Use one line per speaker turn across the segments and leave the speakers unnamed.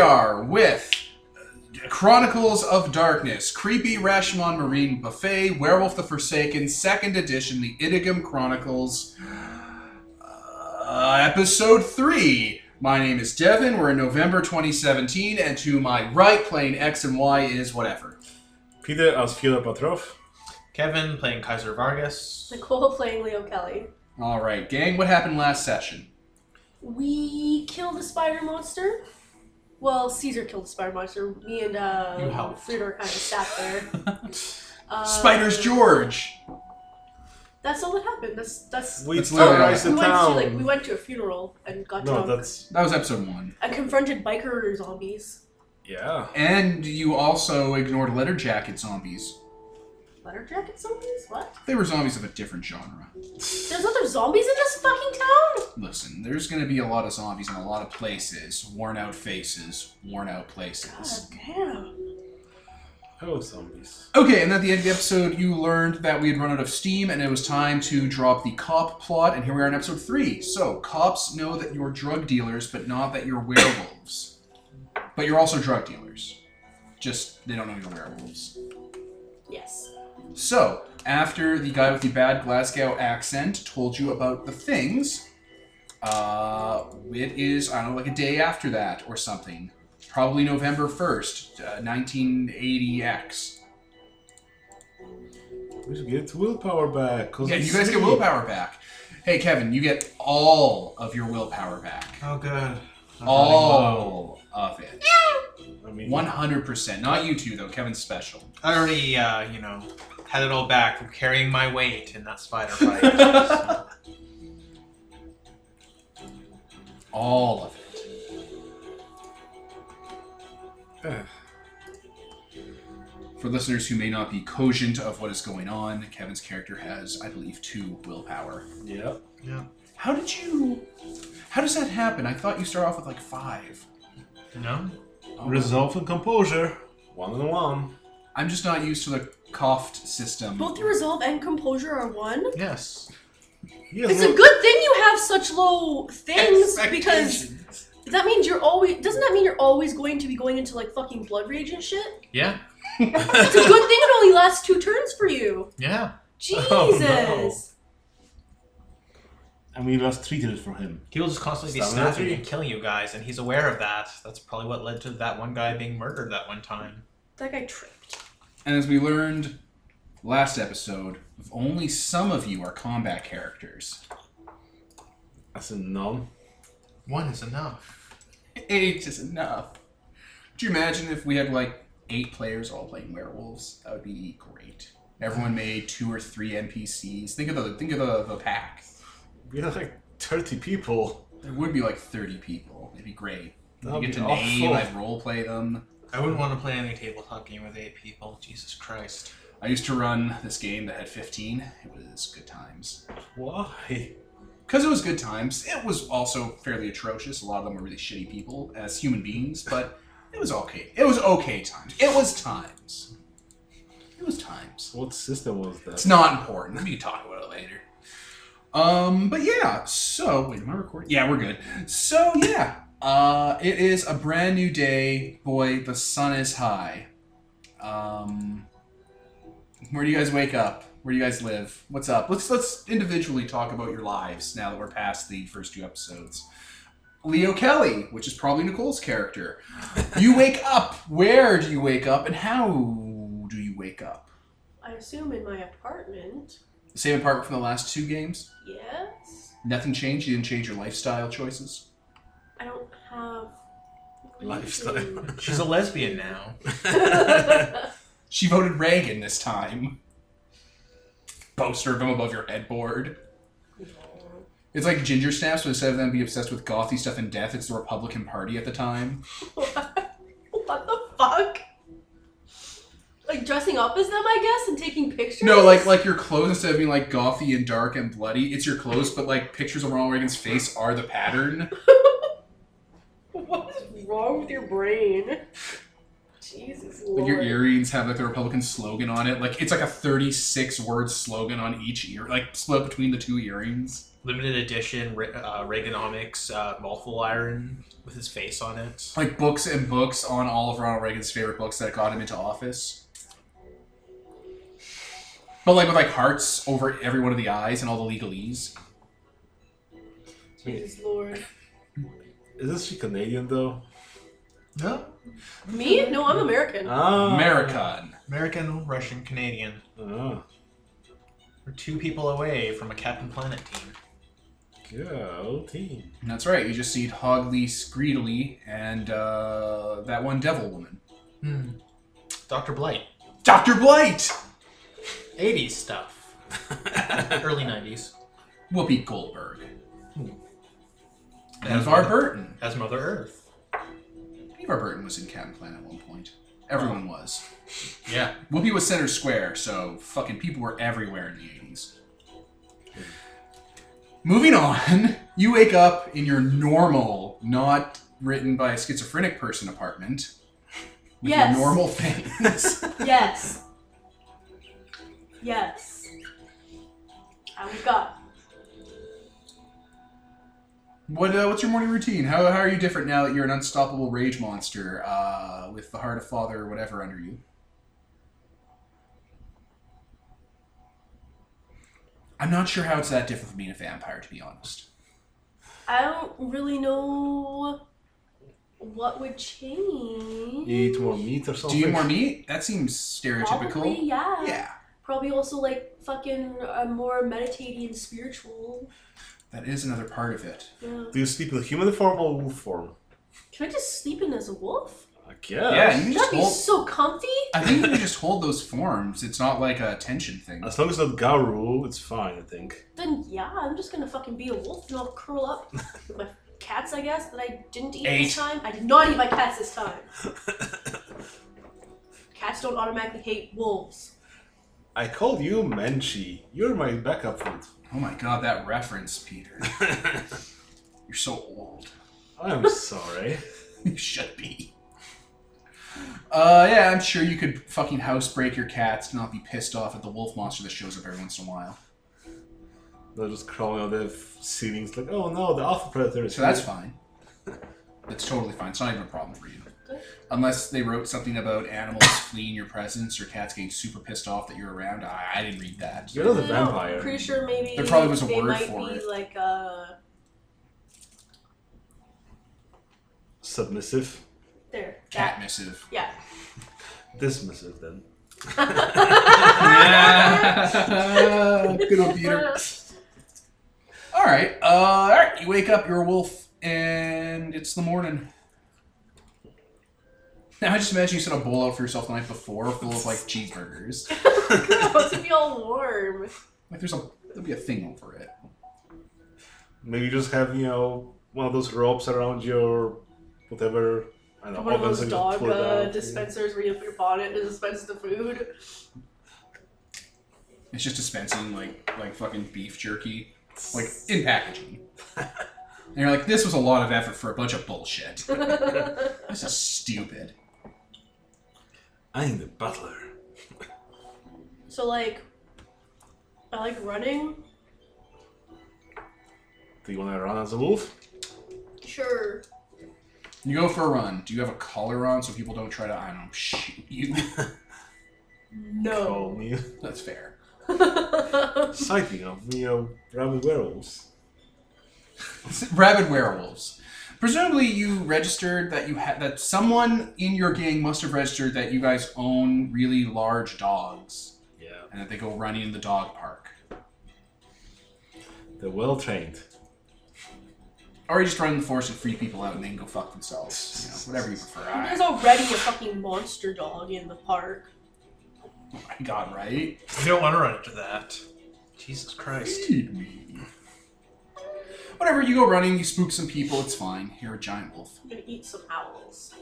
are with Chronicles of Darkness, Creepy Rashomon Marine Buffet, Werewolf the Forsaken, Second Edition, The Idigum Chronicles, uh, Episode 3. My name is Devin. We're in November 2017, and to my right, playing X and Y is whatever.
Peter aus Vierer Patrov.
Kevin playing Kaiser Vargas.
Nicole playing Leo Kelly.
All right, gang, what happened last session?
We killed a spider monster. Well, Caesar killed a spider monster. Me and uh,
You helped.
Frieder kind of sat there. um,
Spiders George.
That's all that happened. That's that's.
We
That's
terrorized
we
the
went
town.
to like we went to a funeral and got
no,
drunk.
that's
That was episode one.
I confronted biker zombies.
yeah.
And you also ignored letter jacket zombies.
Letter jacket zombies? What?
They were zombies of a different genre.
There's other zombies in this fucking town.
Listen, there's going to be a lot of zombies in a lot of places. Worn out faces, worn out
God
places.
damn.
Oh, zombies.
Okay, and at the end of the episode, you learned that we had run out of steam and it was time to drop the cop plot, and here we are in episode three. So, cops know that you're drug dealers, but not that you're werewolves. But you're also drug dealers. Just, they don't know you're werewolves.
Yes.
So, after the guy with the bad Glasgow accent told you about the things, uh, it is, I don't know, like a day after that or something. Probably November 1st, uh, 1980X.
We should get willpower back. 'cause
Yeah,
we
you guys get
see.
willpower back. Hey, Kevin, you get all of your willpower back.
Oh, good. I'm
Oh.
running low.
All of it.
I mean,
100%. Not you two, though. Kevin's special.
I already, uh, you know, had it all back from carrying my weight in that spider fight. So,
All of it.
eh,
For listeners who may not be cogent of what is going on, Kevin's character has, I believe, two willpower.
yeah.
yeah.
How did you? How does that happen? I thought you start off with like five.
No.
Oh,
Resolve and composure. One and one.
I'm just not used to the coughed system.
Both the resolve and composure are one.
Yes.
He has
It's a
no-
good thing you have such low things because
Expectations.
that means you're always. Doesn't that mean you're always going to be going into like fucking blood rage and shit?
Yeah.
It's a good thing it only lasts two turns for you.
Yeah.
Jesus.
Oh, no. And we lost three turns for him.
He will just constantly be
Stamina
snapping
three.
and killing you guys, and he's aware of that. That's probably what led to that one guy being murdered that one time.
That guy tripped.
And as we learned last episode, if only some of you are combat characters.
As in none.
One is enough.
Eight is enough. Could you imagine if we had like eight players all playing werewolves? That would be great. Everyone made two or three NPCs. Think of the think of the, the pack.
We had like 30 people.
There would be like thirty people. It'd be great.
That'd
you
be
get to
awful.
name, I'd role play them.
I wouldn't want to play any tabletop game with eight people. Jesus Christ.
I used to run this game that had 15. It was good times.
Why?
Because it was good times, it was also fairly atrocious. A lot of them were really shitty people as human beings, but it was okay. It was okay times. It was times. It was times.
What system was that?
It's not important. We can talk about it later. Um, but yeah, so wait, am I recording? Yeah, we're good. So yeah. Uh it is a brand new day. Boy, the sun is high. Um where do you guys wake up? Where do you guys live? What's up? Let's let's individually talk about your lives now that we're past the first two episodes. Leo Kelly, which is probably Nicole's character. You wake up. Where do you wake up and how do you wake up?
I assume in my apartment.
The same apartment from the last two games?
Yes.
Nothing changed? You didn't change your lifestyle choices?
I don't have.
Lifestyle.
She's a lesbian now.
She voted Reagan this time. Poster of him above your headboard. It's like ginger snaps, but instead of them being obsessed with gothy stuff and death, it's the Republican Party at the time.
what the fuck? Like dressing up as them, I guess, and taking pictures.
No, like like your clothes instead of being like gothy and dark and bloody, it's your clothes, but like pictures of Ronald Reagan's face are the pattern.
What is wrong with your brain? Jesus
Like
Lord.
your earrings have like the Republican slogan on it. Like it's like a thirty-six word slogan on each ear, like split between the two earrings.
limited edition Re- uh, Reaganomics uh, waffle iron with his face on it.
Like books and books on all of Ronald Reagan's favorite books that got him into office. But like with like hearts over every one of the eyes and all the legalese.
Jesus Lord.
Isn't she Canadian though?
No,
Me? No, I'm American.
Ah.
American.
American, Russian, Canadian.
Ah,
We're two people away from a Captain Planet team.
go team.
And That's right. You just see Hogley, Screedly, and uh, that one devil woman.
Hmm. Doctor Blight,
Dr. Blight!
'80s stuff, early '90s.
Whoopi Goldberg.
Hmm.
Evar Burton.
As Mother Earth.
Evar Burton was in Captain Planet at one point. Everyone was.
Yeah.
Whoopi was center square, so fucking people were everywhere in the 80s. Moving on, you wake up in your normal, not written by a schizophrenic person apartment with
Yes.
your normal things.
Yes. Yes. And we've got
what, uh, what's your morning routine? How, how are you different now that you're an unstoppable rage monster uh, with the heart of father or whatever under you? I'm not sure how it's that different from being a vampire, to be honest.
I don't really know what would change.
You eat more meat or
Do
something?
you eat more meat? That seems stereotypical.
Probably, yeah.
Yeah,
Probably also like fucking uh, more meditating and spiritual.
that is another part of it.
Yeah.
Do you sleep in human form or wolf form?
Can I just sleep in as a wolf?
I guess.
Yeah, you can just
That'd be
hold.
so comfy.
I think you can just hold those forms. It's not like a tension thing.
As long as not Garu, it's fine, I think.
Then yeah, I'm just gonna fucking be a wolf and I'll curl up with my cats, I guess. That I didn't eat
Eight.
this time. I did not eat my cats this time. cats don't automatically hate wolves.
I called you Menchi. You're my backup food.
Oh my god, that reference, Peter. You're so old.
I'm sorry.
You should be. Uh, yeah, I'm sure you could fucking housebreak your cats and not be pissed off at the wolf monster that shows up every once in a while.
They're just crawling on the f- ceilings like, oh no, the alpha predator is
So that's
here."
fine. That's totally fine. It's not even a problem for you. Unless they wrote something about animals fleeing your presence or cats getting super pissed off that you're around. I, I didn't read that.
You're not a
I don't know,
vampire.
Pretty sure maybe
There probably was a
they
word
might
for
be
it.
like uh
Submissive.
there.
Cat
That.
missive.
Yeah.
Dismissive then.
Good old Peter. All right. Uh, all right. You wake up. You're a wolf, and it's the morning. Now I just imagine you set a bowl out for yourself the night before, full of like cheeseburgers.
supposed to be all warm.
Like there's a there'll be a thing over it.
Maybe you just have, you know, one of those ropes around your whatever. I don't know,
One of
organs
those
and just
dog
pull it out,
uh,
yeah.
dispensers where you put your bonnet and dispense the food.
It's just dispensing like like fucking beef jerky, like in packaging. And you're like, this was a lot of effort for a bunch of bullshit. This is stupid.
I'm the butler.
so like, I like running.
Do you want to run as a wolf?
Sure.
You go for a run. Do you have a collar on so people don't try to I don't know shoot you?
No.
Call me.
That's fair.
Sighting of, you know, rabid werewolves.
Rabid werewolves. Presumably, you registered that you had that someone in your gang must have registered that you guys own really large dogs
Yeah.
and that they go running in the dog park,
They're well trained.
or you just run in the forest and free people out and they can go fuck themselves. You know, whatever you prefer.
There's
I,
already a fucking monster dog in the park.
I got right.
You don't want to run into that. Jesus Christ.
Feed me. Whatever you go running, you spook some people. It's fine. You're a giant wolf.
I'm gonna eat some owls.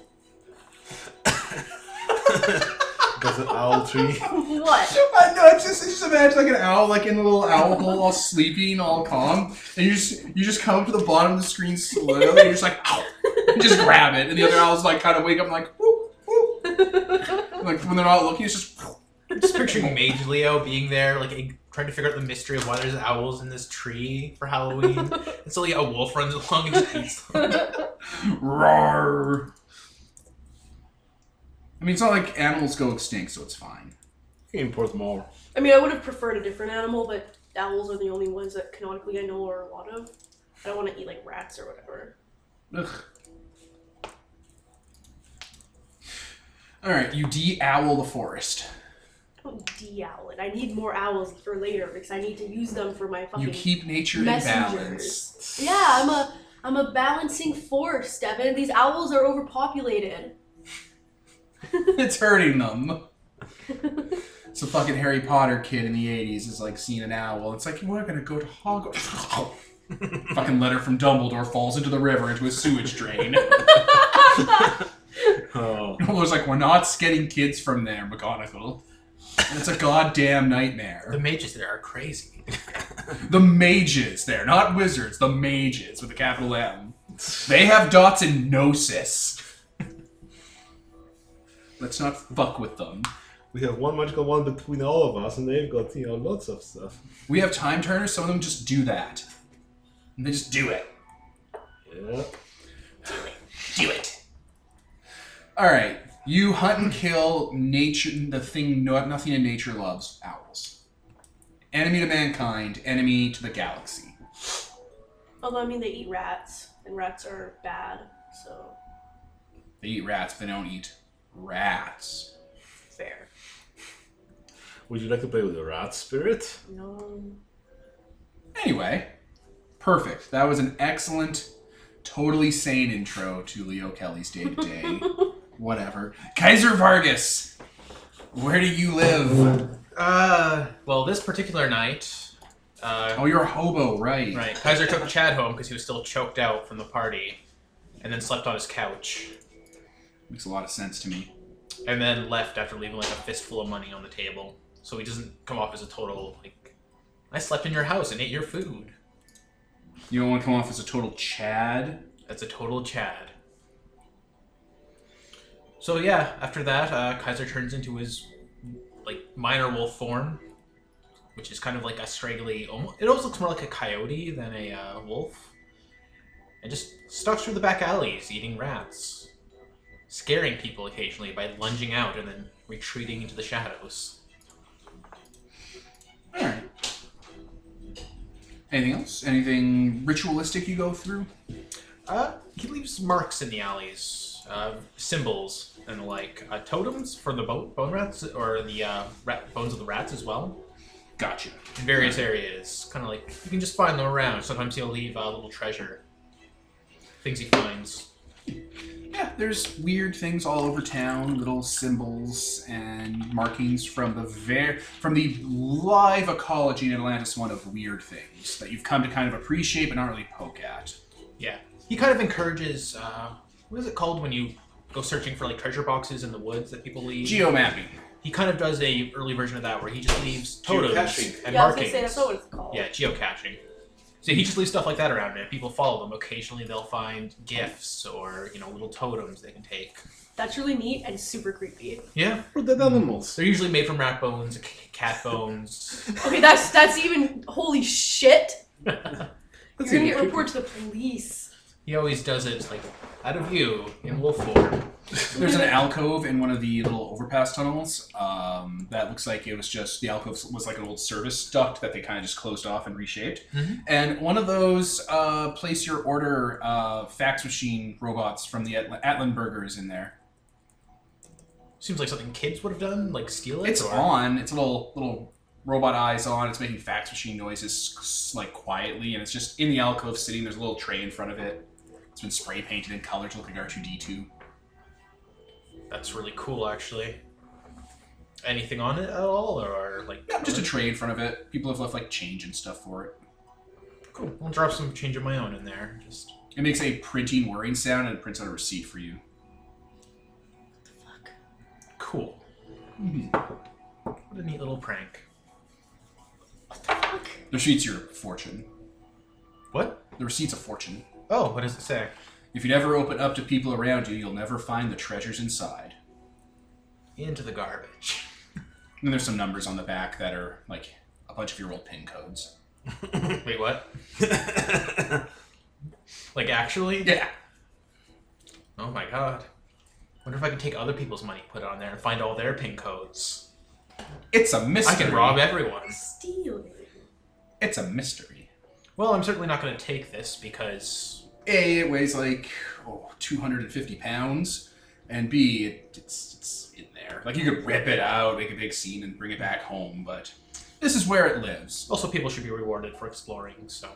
Got an owl tree.
what?
I know. It's just, it's just imagine like an owl, like in a little owl hole, all sleepy and all calm, and you just you just come up to the bottom of the screen slowly, and you're just like, ow, and just grab it, and the other owls like kind of wake up and like, whoop, whoop. like when they're not looking, it's just.
Just picturing Mage Leo being there, like trying to figure out the mystery of why there's owls in this tree for Halloween. and so like a wolf runs along and just eats them.
Roar. I mean, it's not like animals go extinct, so it's fine.
You can import them all.
I mean, I would have preferred a different animal, but owls are the only ones that canonically I know are a lot of. I don't want to eat like rats or whatever.
Ugh. All right, you de-owl the forest.
Don't de-owl it. I need more owls for later because I need to use them for my fucking.
You keep nature in balance.
messengers. Yeah, I'm a I'm a balancing force, Devin. These owls are overpopulated.
it's hurting them. so fucking Harry Potter kid in the '80s is like seeing an owl. It's like we're gonna go to Hogwarts. fucking letter from Dumbledore falls into the river into a sewage drain.
Oh.
Dumbledore's like, we're not getting kids from there, McGonagall. And it's a goddamn
The
nightmare.
mages there are crazy.
The mages there, not wizards, the mages with a capital M. They have dots in gnosis. Let's not fuck with them.
We have one magical one between all of us, and they've got, you know, lots of stuff.
We have time turners. Some of them just do that. And they just do it.
Yeah.
Do it. All right. You hunt and kill nature. The thing no, nothing in nature loves owls. Enemy to mankind. Enemy to the galaxy.
Although I mean, they eat rats, and rats are bad. So
They eat rats. They don't eat rats.
fair.
Would you like to play with the rat spirit?
No.
Anyway, perfect. That was an excellent, totally sane intro to Leo Kelly's day to day. Whatever. Kaiser Vargas. Where do you live?
Uh, well, this particular night, uh,
Oh, you're a hobo, right?
right, Kaiser took Chad home because he was still choked out from the party, and then slept on his couch,
Makes a lot of sense to me.
and then left after leaving like a fistful of money on the table, so he doesn't come off as a total like. I slept in your house and ate your food.
You don't want to come off as a total Chad.
That's a total Chad. So yeah, after that, uh, Kaiser turns into his like minor wolf form, which is kind of like a straggly. Almost, it almost looks more like a coyote than a uh, wolf, and just stalks through the back alleys, eating rats, scaring people occasionally by lunging out and then retreating into the shadows.
All right. Anything else? Anything ritualistic you go through?
Uh, he leaves marks in the alleys, uh, symbols and like uh, totems for the bo- bone rats or the uh, rat- bones of the rats as well
Gotcha.
in various areas. Kind of like you can just find them around. Sometimes he'll leave a little treasure, things he finds.
Yeah, there's weird things all over town, little symbols and markings from the ver- from the live ecology in Atlantis one of weird things that you've come to kind of appreciate but not really poke at.
Yeah, he kind of encourages. Uh, what is it called when you go searching for like treasure boxes in the woods that people leave?
Geomapping.
He kind of does a early version of that where he just leaves totems
Geocaching.
and
yeah, I
markings.
was gonna say that's not what it's called.
Yeah, geocaching. So he just leaves stuff like that around, and if people follow them, occasionally they'll find gifts or you know little totems they can take.
That's really neat and super creepy.
Yeah,
Or dead animals.
they're usually made from rat bones, c- cat bones.
Okay, that's that's even holy shit.
That's
You're
even
gonna get
creepy.
reported to the police.
he always does it like out of you in wolf form.
There's an alcove in one of the little overpass tunnels um, that looks like it was just the alcove was like an old service duct that they kind of just closed off and reshaped.
Mhm.
And one of those uh, place your order uh, fax machine robots from the Atl- Atlenburger is in there.
Seems like something kids would have done, like steal it.
It's
or...
on. It's a little little robot eyes on. It's making fax machine noises s- like quietly, and it's just in the alcove sitting. There's a little tray in front of it. It's been spray painted in colors, looking like R2D2.
That's really cool, actually. Anything on it at all, or like?
Yeah, just a tray in front of it. People have left like change and stuff for it.
cool. I'll drop some change of my own in there. Just
It makes a printing whirring sound and it prints out a receipt for you.
Fuck.
cool.
Mm-hmm.
What a neat little prank.
What the fuck?
The receipt's your fortune.
What?
The receipt's a fortune.
Oh, what does it say?
If you never open up to people around you, you'll never find the treasures inside.
Into the garbage.
And there's some numbers on the back that are like a bunch of your old pin codes.
Wait, what? Like actually?
Yeah.
Oh my god. Wonder if I could take other people's money, put it on there, and find all their pin codes.
It's a mystery.
I can rob everyone.
Steal it.
It's a mystery.
Well, I'm certainly not going to take this because
A, it weighs like oh, 250 pounds, and B, it, it's it's in there. Like you could rip it out, make a big scene, and bring it back home. But this is where it lives.
also people should be rewarded for exploring. So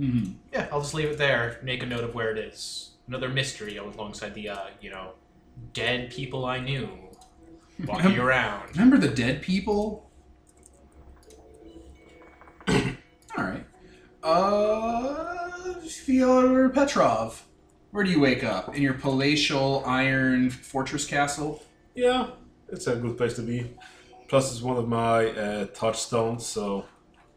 Mm-hmm.
yeah, I'll just leave it there. Make a note of where it is. Another mystery alongside the uh, you know, dead people I knew walking around.
Remember the dead people? All right. Uh, Fyodor Petrov, where do you wake up? In your palatial iron fortress castle?
Yeah, it's a good place to be. Plus, it's one of my uh, touchstones, so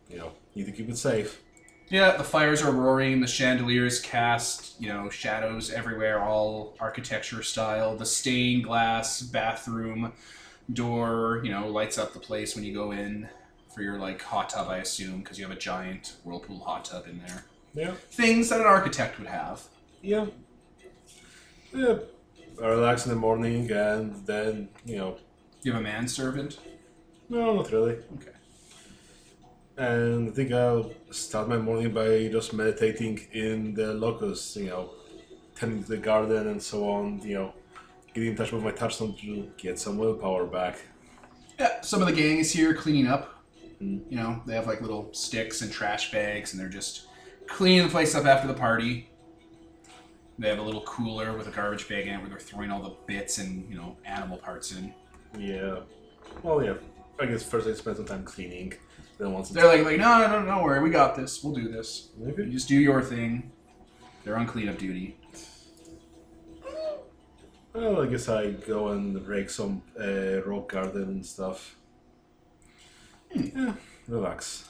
you know, need to keep it safe.
Yeah, the fires are roaring, the chandeliers cast, you know, shadows everywhere, all architecture style. The stained glass bathroom door, you know, lights up the place when you go in for your, like, hot tub, I assume, because you have a giant whirlpool hot tub in there.
Yeah,
Things that an architect would have.
yeah. Yeah, I relax in the morning, and then you know,
You have a manservant?
no, not really.
Okay.
And I think I'll start my morning by just meditating in the locusts, you know, tending to the garden and so on, you know, getting in touch with my touchstone to get some willpower back.
Yeah, some of the gang is here cleaning up.
Mm.
You know, they have like little sticks and trash bags, and they're just cleaning the place up after the party. They have a little cooler with a garbage bag in it where they're throwing all the bits and, you know, animal parts in.
Yeah. Well, yeah. I guess first I spend some time cleaning. Then once it's
They're like, like no, no, no, don't worry. We got this. We'll do this. You
Maybe.
just do your thing. They're on cleanup duty.
Well, I guess I go and rake some uh, rock garden and stuff. Yeah, relax.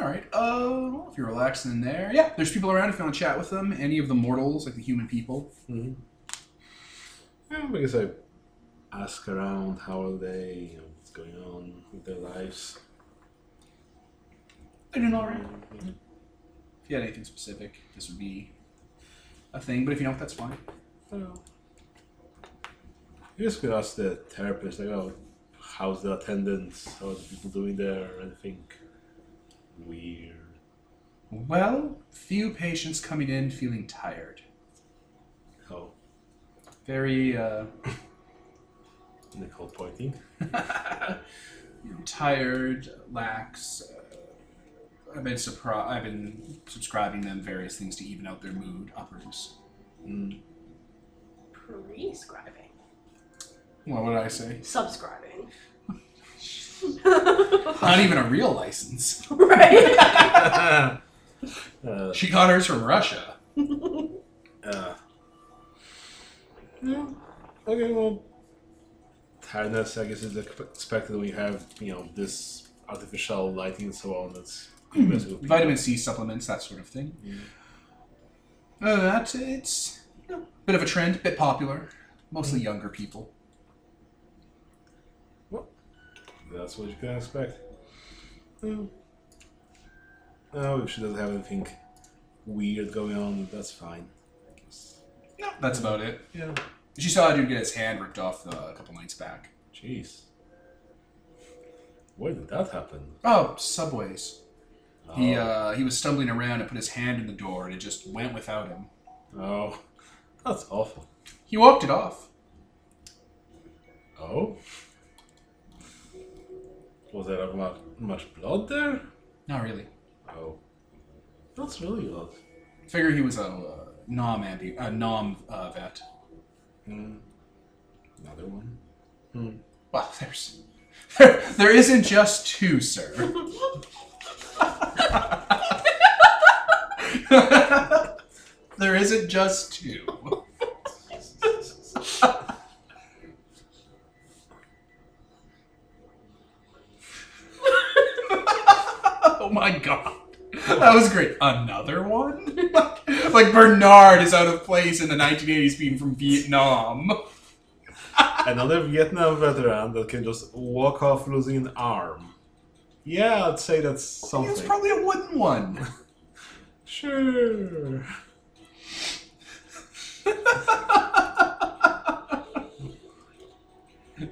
All right. Uh, well, if you're relaxing in there, yeah, there's people around if you want to chat with them. Any of the mortals, like the human people.
hmm Yeah, I guess I ask around how are they, you know, what's going on with their lives.
They're doing all right. If you had anything specific, this would be a thing. But if you don't, that's fine.
You just could ask the therapist, like, oh, how's the attendance? How are the people doing there? Anything weird?
Well, few patients coming in feeling tired.
Oh,
Very uh,
Nicole pointing.
you know, tired, lax. Uh, I've been surpri- I've been subscribing them various things to even out their mood uppers.
Mm.
Prescribing.
What would I say?
Subscribing.
Not even a real license.
right?
uh,
She got hers from Russia.
uh, yeah. Okay, well, tiredness, I guess, is expe- expected when you have, you know, this artificial lighting and so on. That's
Vitamin C supplements, that sort of thing. Uh,
Yeah.
Other than that, it's you know, bit of a trend, bit popular, mostly
Mm.
younger people.
That's what you can expect. No, no Oh, if she doesn't have anything weird going on, that's fine. I guess.
No, that's about it.
Yeah.
She saw a dude get his hand ripped off the, a couple nights back.
Jeez. Where did that happen?
Oh, subways.
Oh.
He uh, he was stumbling around and put his hand in the door, and it just went without him.
oh. That's awful.
He walked it off.
Oh? Was there much, much blood there?
Not really.
Oh. That's really odd.
Figure he was a uh, nom ambu- a nom uh, vet.
Hmm. Another one?
Well, there's there, there isn't just two, sir. there isn't just two. oh my god. That was great. Another one? like, like Bernard is out of place in the 1980s being from Vietnam.
Another Vietnam veteran that can just walk off losing an arm. Yeah, I'd say that's something.
It's probably a wooden one.
Sure.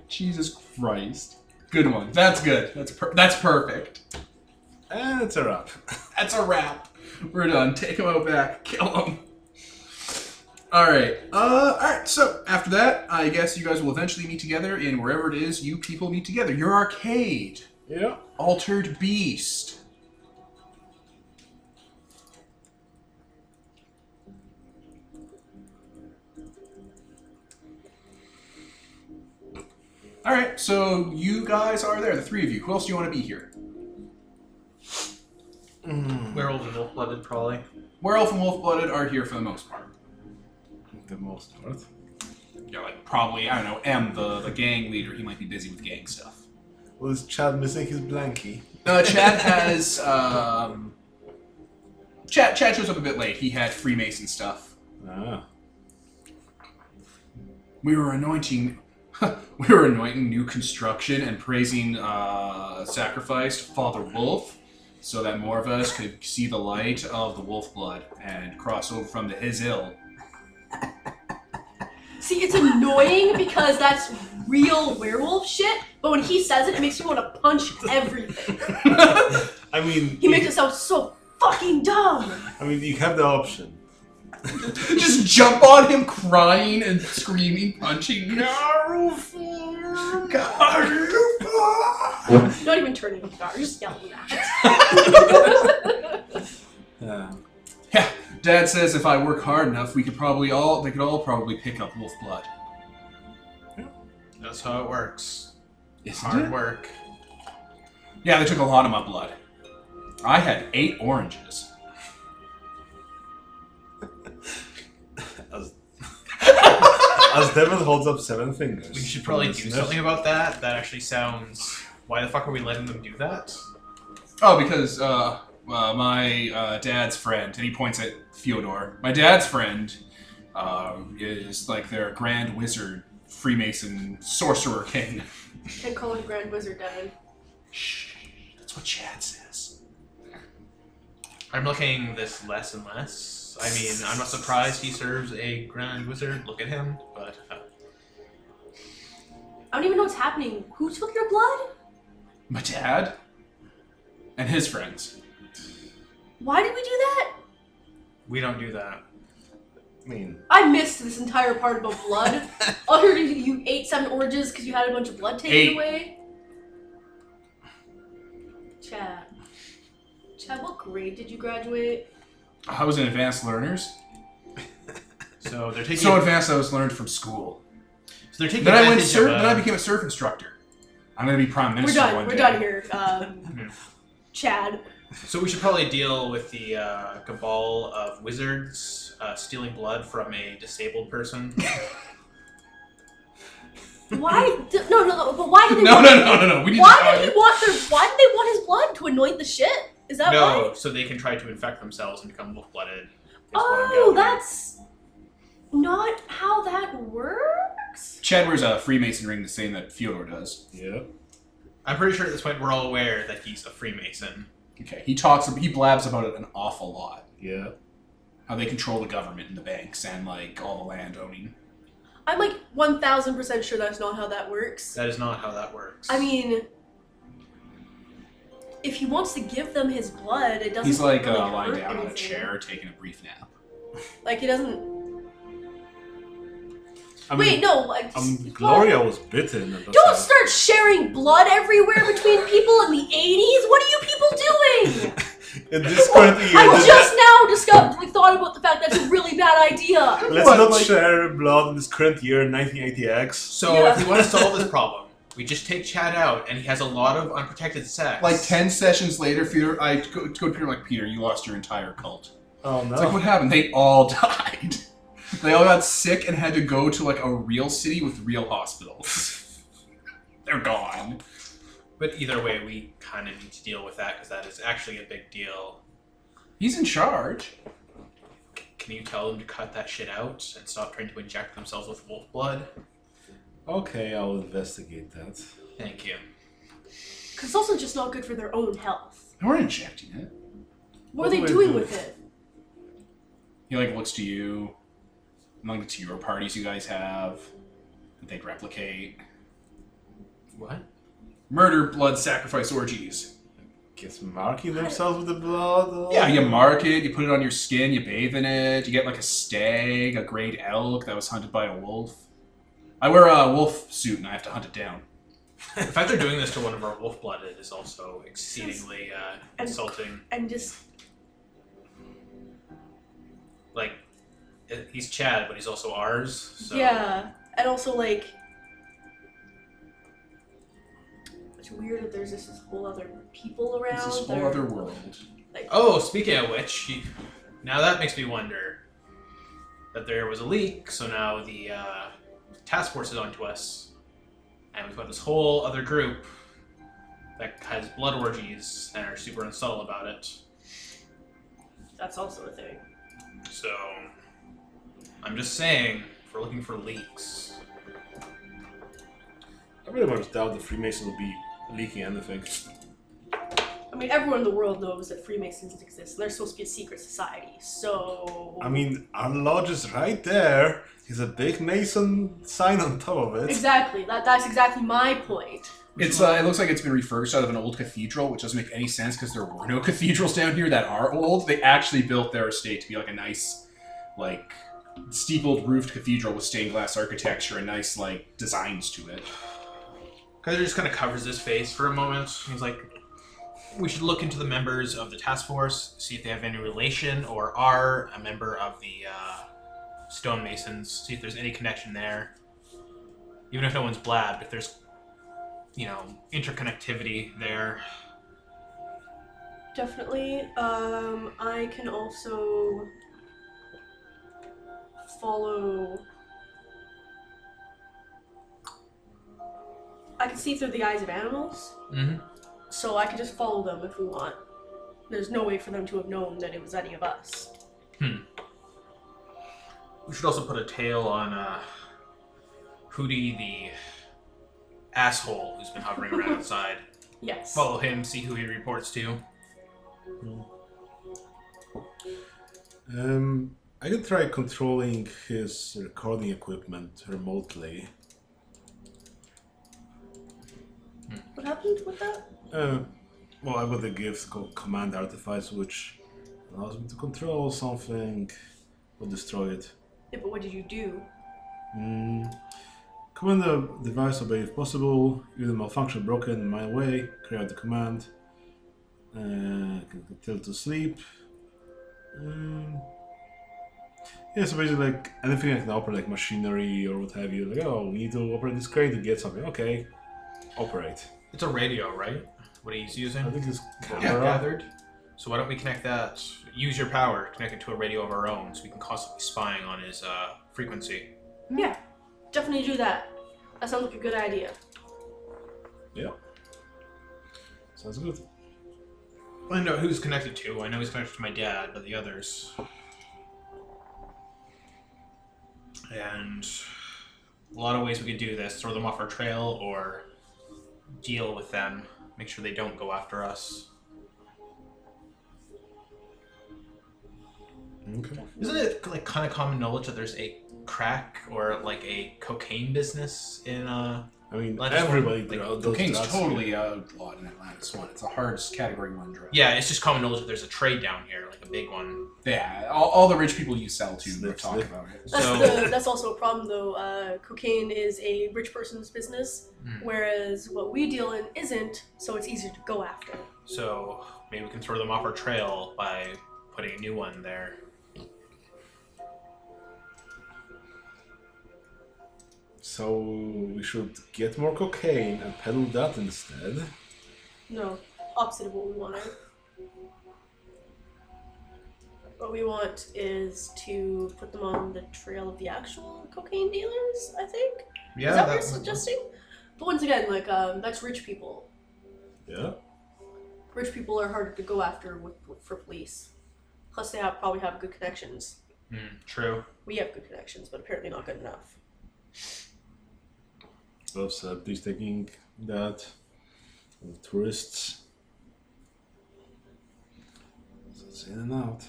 Jesus Christ. Good one. That's good. That's per- that's perfect.
And it's a wrap.
That's a wrap. We're done. Take him out back. Kill him. All right. Uh, all right. So after that, I guess you guys will eventually meet together in wherever it is you people meet together. Your arcade,
Yeah.
altered beast. All right. So you guys are there. The three of you. Who else do you want to be here?
Mm,
Werewolf and wolf blooded, probably.
Werewolf and Wolf Blooded are here for the most part.
the most part.
Yeah, like probably I don't know M, the the gang leader. He might be busy with gang stuff.
Well, is Chad missing his blankie?
Uh, Chad has um, Chad Chad shows up a bit late. He had Freemason stuff.
Ah.
We were anointing. We were anointing new construction and praising uh, sacrificed Father Wolf, so that more of us could see the light of the wolf blood and cross over from the his ill.
See, it's annoying because that's real werewolf shit, but when he says it, it makes me want to punch everything.
I mean,
He makes it sound so fucking dumb.
I mean, you have the option.
Just jump on him, crying and screaming, punching. Garuform, Garuform.
Not even turning the car, just yelling at it.
Yeah.
Yeah, Dad says if I work hard enough, we could probably all they could all probably pick up wolf blood.
That's how it works.
Isn't
Hard
it?
work.
Yeah, they took a lot of my blood. I had eight oranges.
As, as Devin holds up seven fingers.
We should probably do
Listeners.
something about that. That actually sounds. Why the fuck are we letting them do that?
Oh, because uh, uh, my uh, dad's friend, and he points at Fyodor. My dad's friend um, is like their grand wizard, Freemason, sorcerer king.
Can't call him Grand Wizard Devin.
Shh, that's what Chad says.
I'm looking this less and less. I mean, I'm not surprised he serves a grand wizard. Look at him, but uh,
I don't even know what's happening. Who took your blood?
My dad and his friends.
Why did we do that?
we don't do that.
I mean,
I missed this entire part about blood. All I heard is you ate seven oranges because you had a bunch of blood taken
Eight.
away. Chad. Chad, what grade did you graduate?
I was an advanced learners.
So they're taking.
So advanced I was learned from school.
so they're taking.
Then I went
advantage of,
surf.
uh,
Then I became a surf instructor. I'm gonna be prime
we're
minister
done.
one
We're
day.
done here. Um, Chad.
So we should probably deal with the uh, cabal of wizards uh, stealing blood from a disabled person.
Why? d- no, no, no, but why did they
No,
want
no, no, no, no. We need
Why
to.
did he want their, Why did they want his blood? To anoint the shit? Is that why?
no, so they can try to infect themselves and become wolf-blooded. is what I'm
Oh,
gathering.
that's not how that works?
Chad wears a Freemason ring the same that Fyodor does.
yeah.
I'm pretty sure at this point we're all aware that he's a Freemason.
Okay, he talks. He blabs about it an awful lot.
Yeah.
How they control the government and the banks and like all the land owning.
I'm like 1000% sure that's not how that works.
That is not how that works.
I mean, if he wants to give them his blood, it doesn't.
He's like
really
uh, lying
hurt
down on a
anything.
chair, taking a brief nap.
Like he doesn't.
I mean,
Wait, no. Like,
Um,
blood-
Gloria was bitten. and that's
Don't
how-
start sharing blood everywhere between people in the 80s. What are you people doing?
At this point, yeah,
I
this-
just now discovered, like, thought about the fact that's a really bad idea.
let's
What,
not
like-
share blood in this current year, 1980X.
So
Yeah.
if we want to solve this problem, we just take Chad out, and he has a lot of unprotected sex.
Like ten sessions later, Peter, I go, go to Peter. I'm like Peter, you lost your entire cult.
Oh no.
It's like what happened? They all died. They all got sick and had to go to like a real city with real hospitals. They're gone.
But either way, we kind of need to deal with that because that is actually a big deal.
He's in charge.
Can you tell them to cut that shit out and stop trying to inject themselves with wolf blood?
Okay, I'll investigate that.
Thank you.
Because it's also just not good for their own health.
We're injecting it.
What
What, are they
do I
doing
do?
with it?
He like looks to you, among the two parties you guys have, that they'd replicate.
What?
Murder, blood, sacrifice, orgies.
Guess marking themselves with the blood. uh,
Yeah, you mark it, you put it on your skin, you bathe in it, you get like a stag, a great elk that was hunted by a wolf. I wear a wolf suit and I have to hunt it down.
The fact they're doing this to one of our wolf blooded is also exceedingly uh,
And-
insulting.
And just
Like, eh, he's Chad, but he's also ours. So.
yeah, and also like it's weird that there's just this whole other people around.
It's this whole
or-
other world.
Oh, speaking of which, you- now that makes me wonder that there was a leak, so now the uh, task force is onto us, and we've got this whole other group that has blood orgies and are super unsubtle about it.
That's also a thing.
So, I'm just saying, if we're looking for leaks,
I really much doubt the Freemasons will be leaking anything.
I mean, everyone in the world knows that Freemasons exist. They're supposed to be a secret society. So
I mean, our lodge is right there. There's a big Mason sign on top of it.
exactly that. That's exactly my point.
It's uh, it looks like it's been refurbished out of an old cathedral, which doesn't make any sense because there were no cathedrals down here that are old. They actually built their estate to be like a nice, like steepled roofed cathedral with stained glass architecture and nice like designs to it.
Kaiser just kind of covers his face for a moment. He's like, we should look into the members of the task force, see if they have any relation or are a member of the uh, stonemasons, see if there's any connection there. Even if no one's blabbed, if there's, you know, interconnectivity there.
Definitely. Um, I can also follow. I can see through the eyes of animals,
Mm-hmm.
so I can just follow them if we want. There's no way for them to have known that it was any of us.
We should also put a tail on uh, Hootie the asshole who's been hovering around outside.
Yes.
Follow him, see who he reports to.
Um, I can try controlling his recording equipment remotely.
What happened with that?
Uh, well, I've got a gift called Command Artifacts, which allows me to control something or destroy it.
Yeah, but what did you do?
Mm. Command the device obey if possible. If the malfunction broken in my way, carry out the command. Uh, tell to sleep. Um, yeah, so basically, like anything I can operate, like machinery or what have you. Like, oh, we need to operate this crane to get something. Okay, operate.
It's a radio, right? What he's using?
I think it's
What
camera.
we've gathered. So why don't we connect that? Use your power, connect it to a radio of our own, so we can constantly spying on his uh, frequency.
Yeah, definitely do that. That sounds like a good idea.
Yeah. Sounds good.
I know who's connected to. I know he's connected to my dad, but the others. And a lot of ways we could do this: throw them off our trail, or deal with them. Make sure they don't go after us.
Okay.
Isn't it like kind of common knowledge that there's a crack or like a cocaine business in uh?
I mean,
Like, just
everybody.
one- like,
does
Cocaine's
drugs.
totally outlawed in Atlantis One. It's a hard category one drug.
Yeah, it's just common knowledge that there's a trade down here, like a big one.
yeah. All, all the rich people you sell to
Snip,
talk
snip.
about it.
That's,
So-
the, that's also a problem, though. Uh, cocaine is a rich person's business,
Hmm.
whereas what we deal in isn't, so it's easier to go after.
So maybe we can throw them off our trail by putting a new one there.
So we should get more cocaine and peddle that instead.
No, opposite of what we wanted. What we want is to put them on the trail of the actual cocaine dealers, I think. is that what you're suggesting? But once again, like, um, that's rich people.
Yeah.
Rich people are harder to go after with, for police. Plus, they have, probably have good connections.
Mm, true.
We have good connections, but apparently not good enough.
Loves uh, please taking that. And the tourists. So it's in and out.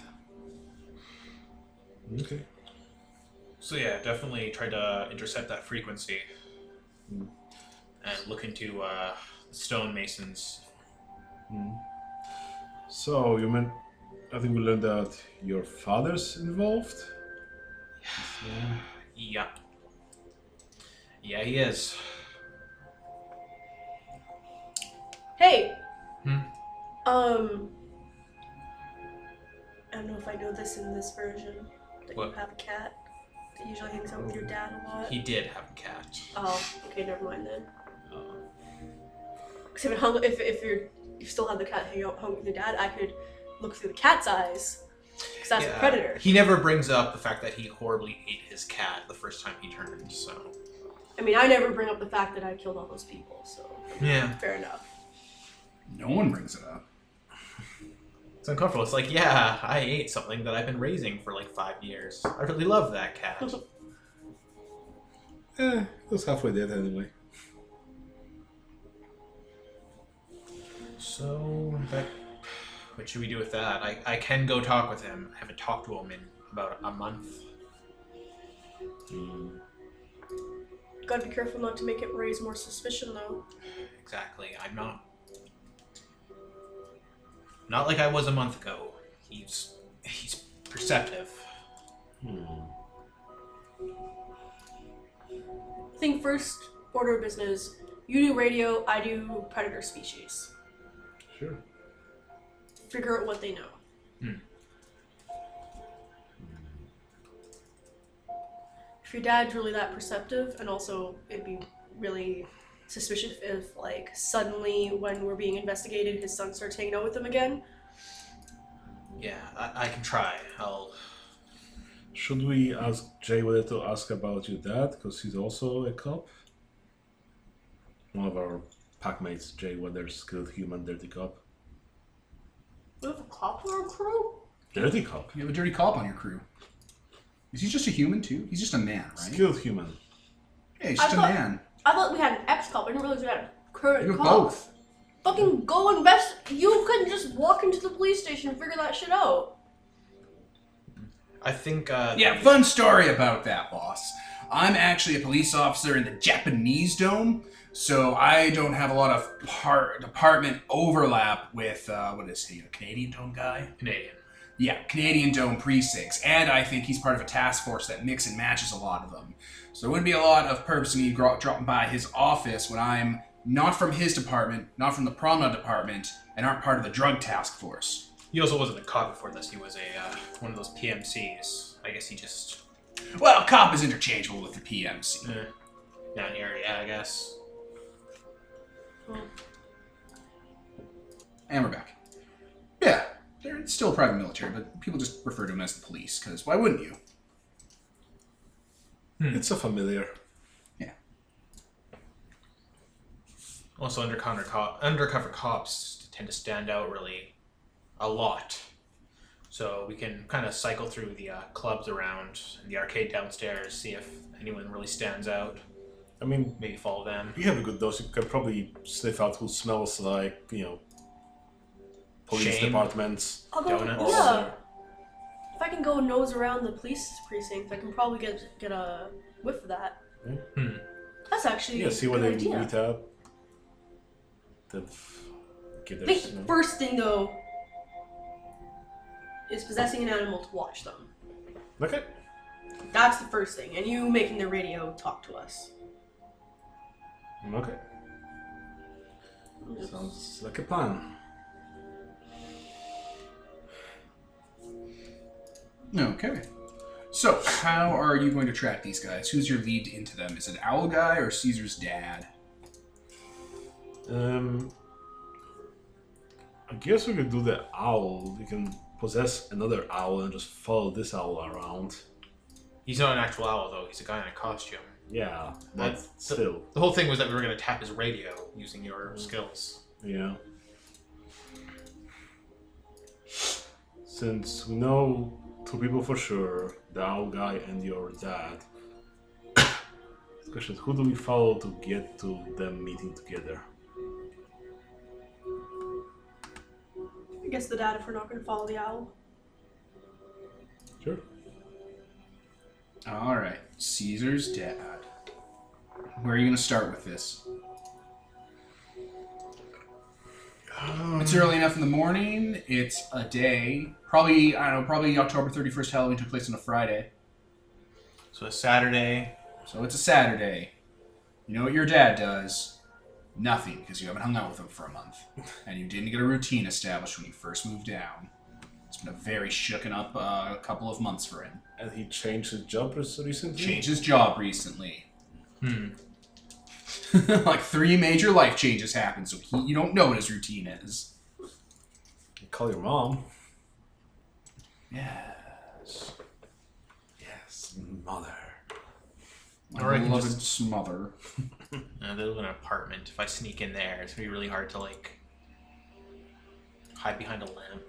Okay.
So yeah, definitely try to intercept that frequency
Hmm.
and look into uh, stonemasons.
Mm. So you meant? I think we learned that your father's involved.
Yeah. Yeah, he is.
Hey.
Hmm?
Um. I don't know if I know this in this version. That
What?
you have a cat that usually hangs out with your dad a lot.
He did have a cat.
Oh, okay, never mind then.
Uh,
Because if, it hung, if, if you're, you still had the cat hang out hung with your dad, I could look through the cat's eyes. Because that's
yeah.
a predator.
He never brings up the fact that he horribly ate his cat the first time he turned. So
I mean, I never bring up the fact that I killed all those people, so
yeah,
fair enough.
No one brings it up.
it's uncomfortable. It's like yeah, I ate something that I've been raising for like five years. I really love that cat.
Eh, it was halfway dead anyway.
So, that, what should we do with that? I, I can go talk with him. I haven't talked to him in about a month.
Mm.
Gotta be careful not to make it raise more suspicion, though.
Exactly. I'm not. Not like I was a month ago. He's he's perceptive.
Mm.
I think first order of business you do radio, I do predator species.
Sure.
Figure out what they know.
Hmm.
If your dad's really that perceptive, and also it'd be really suspicious if, like, suddenly when we're being investigated, his son starts hanging out with them again.
Yeah, I, I can try. I'll.
Should we ask Jay whether to ask about your dad because he's also a cop? One of our pack mates, Jay Weather, skilled human, dirty cop.
We have a cop on our crew?
Dirty cop.
You have a dirty cop on your crew. Is he just a human too? He's just a man, right?
Skilled human.
yeah, he's
I
just a
thought-
man.
I thought we had an ex cop. I didn't realize we had a current
You have
cop.
both.
Fucking go invest. You couldn't just walk into the police station and figure that shit out.
I think. Uh,
Yeah,
the-
fun story about that, boss. I'm actually a police officer in the Japanese Dome, so I don't have a lot of part department overlap with uh, what is he, a Canadian Dome guy?
Canadian.
Yeah, Canadian Dome precincts, and I think he's part of a task force that mix and matches a lot of them. So there wouldn't be a lot of purpose in me gro- dropping by his office when I'm not from his department, not from the Promna department, and aren't part of the drug task force.
He also wasn't a cop before this. He was a uh, one of those PMCs. I guess he just
Well, cop is interchangeable with the PMC.
eh, down here. Yeah, I guess.
And we're back. Yeah, they're still private military, but people just refer to them as the police, because why wouldn't you?
It's so familiar.
Also, undercover cop, undercover cops tend to stand out really a lot. So we can kind of cycle through the uh, clubs around and the arcade downstairs, see if anyone really stands out.
I mean,
Maybe follow them.
you have a good dose. You can probably sniff out who smells like, you know, police
Shame.
departments.
Although,
Donuts.
yeah, if I can go nose around the police precinct, I can probably get get a whiff of that.
Hmm.
That's actually
Yeah, see
a
what
good
they
idea.
meet up. Then f- get
I
their, you know,
think first thing though is possessing an animal to watch them.
Okay.
That's the first thing, and you making the radio talk to us.
Okay. Sounds like a plan.
Okay. So, how are you going to track these guys? Who's your lead into them? Is it Owl Guy or Caesar's dad?
Um, I guess we could do the owl. You can possess another owl and just follow this owl around.
He's not an actual owl though. He's a guy in a costume.
Yeah, but
That's-
still,
The whole thing was that we were gonna tap his radio using your skills.
yeah. Since we know two people for sure, the owl guy and your dad, The question is, who do we follow to get to the meeting together?
I guess the dad if we're not going to follow the owl.
Sure.
All right, Caesar's dad. Where are you gonna start with this?
Um,
It's early enough in the morning. It's a day. Probably I don't know. Probably October thirty first. Halloween took place on a Friday,
So it's Saturday.
so it's a Saturday. You know what your dad does? Nothing, because you haven't hung out with him for a month, and you didn't get a routine established when you first moved down. It's been a very shooken up uh, couple of months for him.
And he changed his job recently.
Changed his job recently.
Hmm.
like three major life changes happened, so he, you don't know what his routine is.
Call your mom.
Yes.
Yes, mother.
My
Or I can
beloved
just-
smother.
Uh, they live in an apartment. If I sneak in there, it's gonna be really hard to like hide behind a lamp.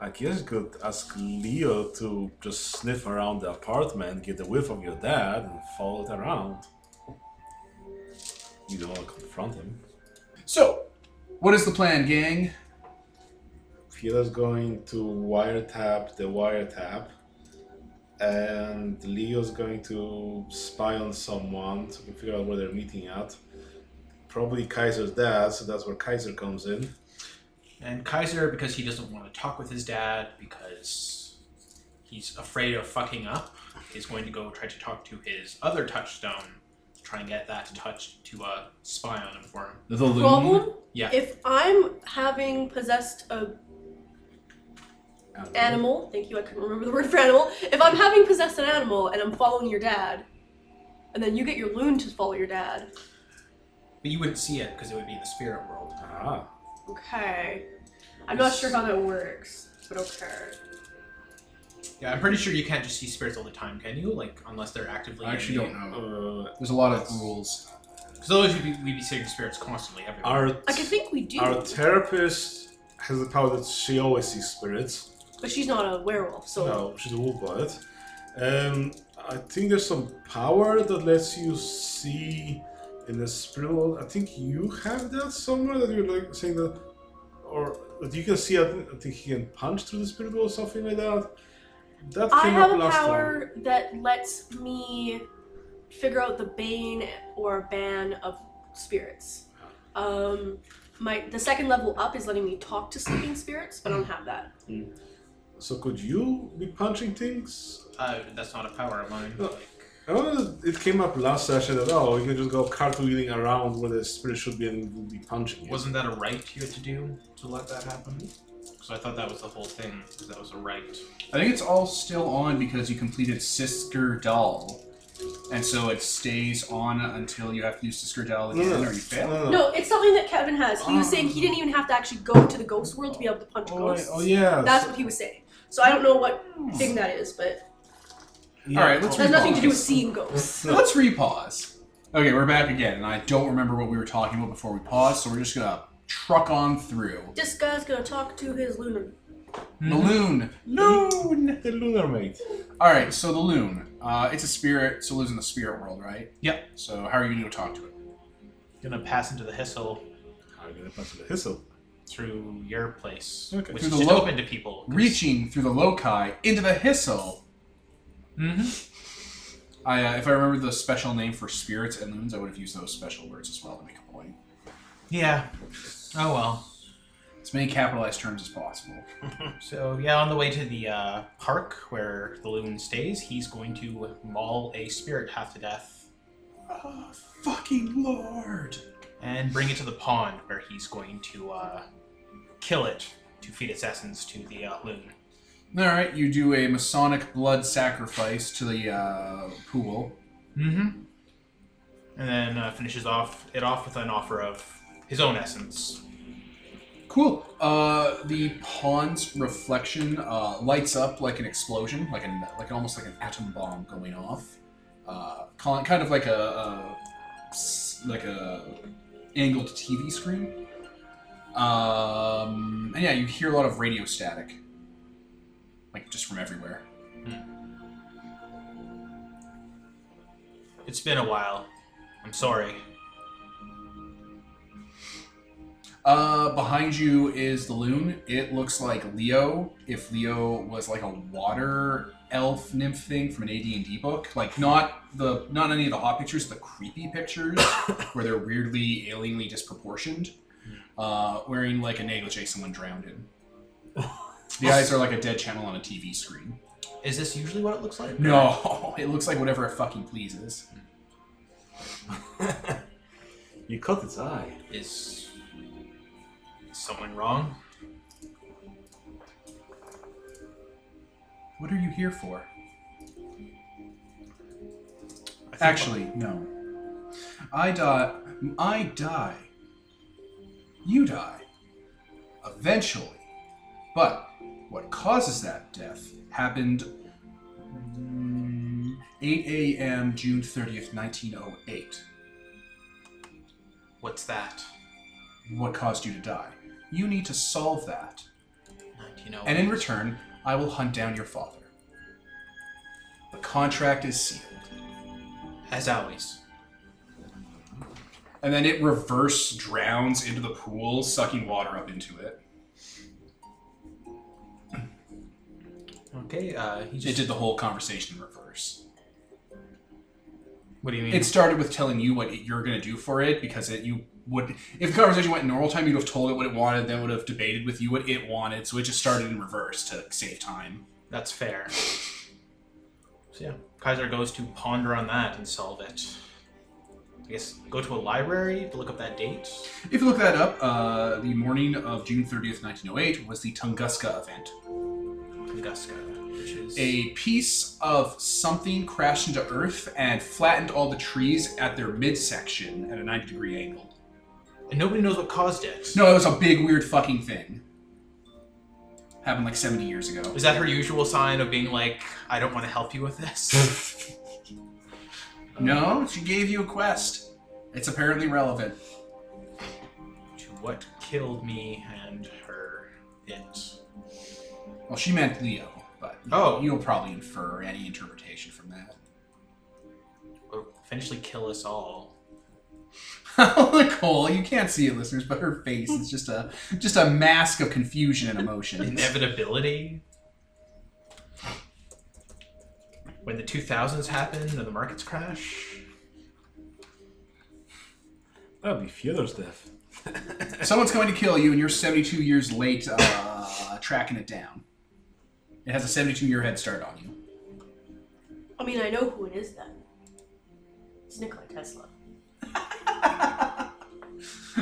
I guess you could ask Leo to just sniff around the apartment, get the whiff of your dad, and follow it around. You don't want to confront him.
So, what is the plan, gang?
Fida's going to wiretap the wiretap, and Leo's going to spy on someone so we can figure out where they're meeting at. Probably Kaiser's dad, so that's where Kaiser comes in.
And Kaiser, because he doesn't want to talk with his dad, because he's afraid of fucking up, is going to go try to talk to his other touchstone, try and get that touch to uh, spy on him for him.
The loon.
Problem?
Yeah.
If I'm having possessed a animal, thank you, I couldn't remember the word for animal. If I'm having possessed an animal and I'm following your dad, and then you get your loon to follow your dad.
But you wouldn't see it because it would be in the spirit world.
Ah,
Okay. I'm not sure how that works, but okay.
Yeah, I'm pretty sure you can't just see spirits all the time, can you? Like, unless they're actively.
I actually don't know.
uh,
There's a lot of rules.
Because otherwise, we'd be, we'd be seeing spirits constantly everywhere.
our,
Like, I think we do,
our therapist has the power that she always sees spirits.
but she's not a werewolf, so.
No, she's a wolf bullet. Um, I think there's some power that lets you see in the spirit world. I think you have that somewhere that you're like saying that, or that you can see. I think, I think he can punch through the spirit world, something like that. That
I
came
have
up
a
last
power that lets me figure out the bane or ban of spirits. Um, my the second level up is letting me talk to sleeping spirits, but I don't have that.
time. So could you be punching things?
Uh, that's not a power alone.
No.
Like,
I remember that it came up last session that oh, you can just go cartwheeling around where the spirit should be and you'll be punching. it.
wasn't that a right you had to do to let that happen? Because I thought that was the whole thing. Because that was a right.
I think it's all still on because you completed Sister Doll. And so it stays on until you have to use Sister Doll
No,
again
no,
or you fail.
no, no, no.
No, it's something that Kevin has. He was saying he didn't even have to actually go to the ghost world to be able to punch
Oh, wait,
ghosts.
oh yeah.
That's what he was saying. So I don't know what thing that is, but
Yeah.
All right, let's
it has nothing to do with
repause.
seeing ghosts.
Let's repause. Okay, we're back again, and I don't remember what we were talking about before we paused, so we're just gonna truck on through.
This guy's gonna talk to his lunar.
Balloon.
Loon, the lunar mate.
All right, so the loon. Uh, it's a spirit, so it lives in the spirit world, right?
Yep.
So how are you gonna go talk to it?
Gonna pass into the Hissel
How are you gonna punch the hissle?
through your place,
Okay.
which
Through
is
the
just
lo-
open to people.
Reaching through the loci into the hissel.
Mm-hmm.
I, uh, if I remember the special name for spirits and loons, I would have used those special words as well to make a point.
Yeah. Oh well.
As many capitalized terms as possible.
So yeah, on the way to the uh, park where the loon stays, he's going to maul a spirit half to death
Oh, fucking lord!
and bring it to the pond where he's going to uh, kill it to feed its essence to the uh, loon.
All right, you do a Masonic blood sacrifice to the uh, pool.
Mm-hmm. And then uh, finishes off it off with an offer of his own essence.
Cool. Uh, the pond's reflection uh, lights up like an explosion, like an like almost like an atom bomb going off. Uh, con- kind of like a, a s- like a angled TV screen. Um, and yeah, you hear a lot of radio static, like just from everywhere.
It's been a while. I'm sorry.
Uh, behind you is the loon. It looks like Leo, if Leo was like a water elf nymph thing from an AD&D book, like not the not any of the hot pictures, the creepy pictures where they're weirdly alienly disproportioned. Uh, wearing like a negligee someone drowned in. The eyes are like a dead channel on a TV screen.
Is this usually what it looks like?
No, it looks like whatever it fucking pleases.
You cut its eye.
Is someone wrong?
What are you here for?
I think-
Actually, no. I die. I die. You die. Eventually. But what causes that death happened mm, 8 a.m. June 30th, 1908.
What's that?
What caused you to die? You need to solve that.
1908.
And in return, I will hunt down your father. The contract is sealed.
As always.
And then it reverse drowns into the pool, sucking water up into it.
Okay, uh, he
It
just.
did the whole conversation in reverse.
what do you mean?
It started with telling you what it- you're going to do for it because it you would if the conversation went in normal time you'd have told it what it wanted then would have debated with you what it wanted so it just started in reverse to save time.
That's fair. So yeah, Kaiser goes to ponder on that and solve it. I guess go to a library to look up that date.
If you look that up, uh, the morning of June 30th, 1908 was the Tunguska event.
Tunguska, which is
A piece of something crashed into Earth and flattened all the trees at their midsection at a 90 degree angle.
and nobody knows what caused it.
No, it was a big weird fucking thing. Happened like 70 years ago.
Is that her usual sign of being like, I don't want to help you with this?
No, she gave you a quest. It's apparently relevant.
to what killed me and her it.
Well, she meant Leo, but
Oh.
you'll probably infer any interpretation from that.
Will eventually kill us all.
Nicole, you can't see it, listeners, but her face is just a just a mask of confusion and emotion.
Inevitability. When the 2000s happened and the markets crash.
That'd be Fiodor's death.
Someone's going to kill you, and you're 72 years late uh, tracking it down. It has a 72 year head start on you.
I mean, I know who it is then. It's Nikola Tesla.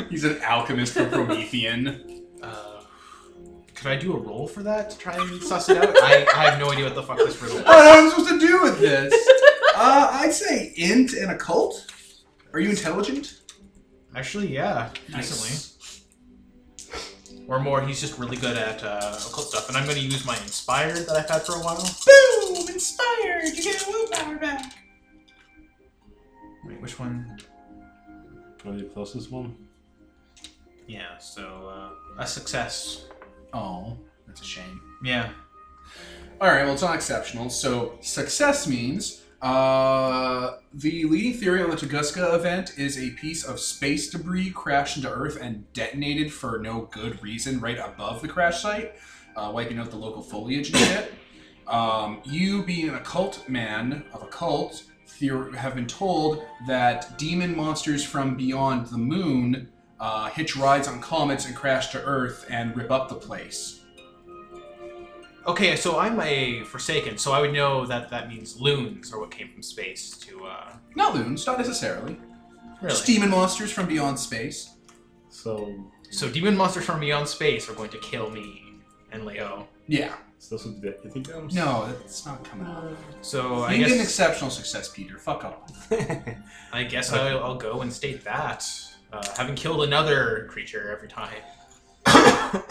He's an alchemist from Promethean.
Uh, could I do a roll for that to try and suss it out? I, I have no idea what the fuck this riddle
what
is.
am I supposed to do with this? Uh, I'd say int and occult. Are you intelligent?
Actually, yeah, decently. Or more, he's just really good at uh, occult stuff. And I'm going to use my Inspire that I've had for a while.
Boom! Inspired! You get willpower back!
Wait, which one?
Probably the closest one.
Yeah, so uh, a success.
Oh, that's a shame.
Yeah.
Alright, well, it's not exceptional. So, success means uh, the leading theory on the Tunguska event is a piece of space debris crashed into Earth and detonated for no good reason right above the crash site, uh, wiping out the local foliage and shit. Um, you, being an occult man of a cult, theor- have been told that demon monsters from beyond the moon uh, hitch rides on comets and crash to Earth and rip up the place.
Okay, so I'm a Forsaken, so I would know that that means loons are what came from space to. Uh,
Not loons, not necessarily.
really?
Just demon monsters from beyond space.
So,
So demon monsters from beyond space are going to kill me and Leo.
Yeah.
so those would be the ethic arms?
No, that's not coming up.
So I
you did an
guess
exceptional success, Peter. Fuck off.
I guess I'll, I'll go and state that uh, having killed another creature every time.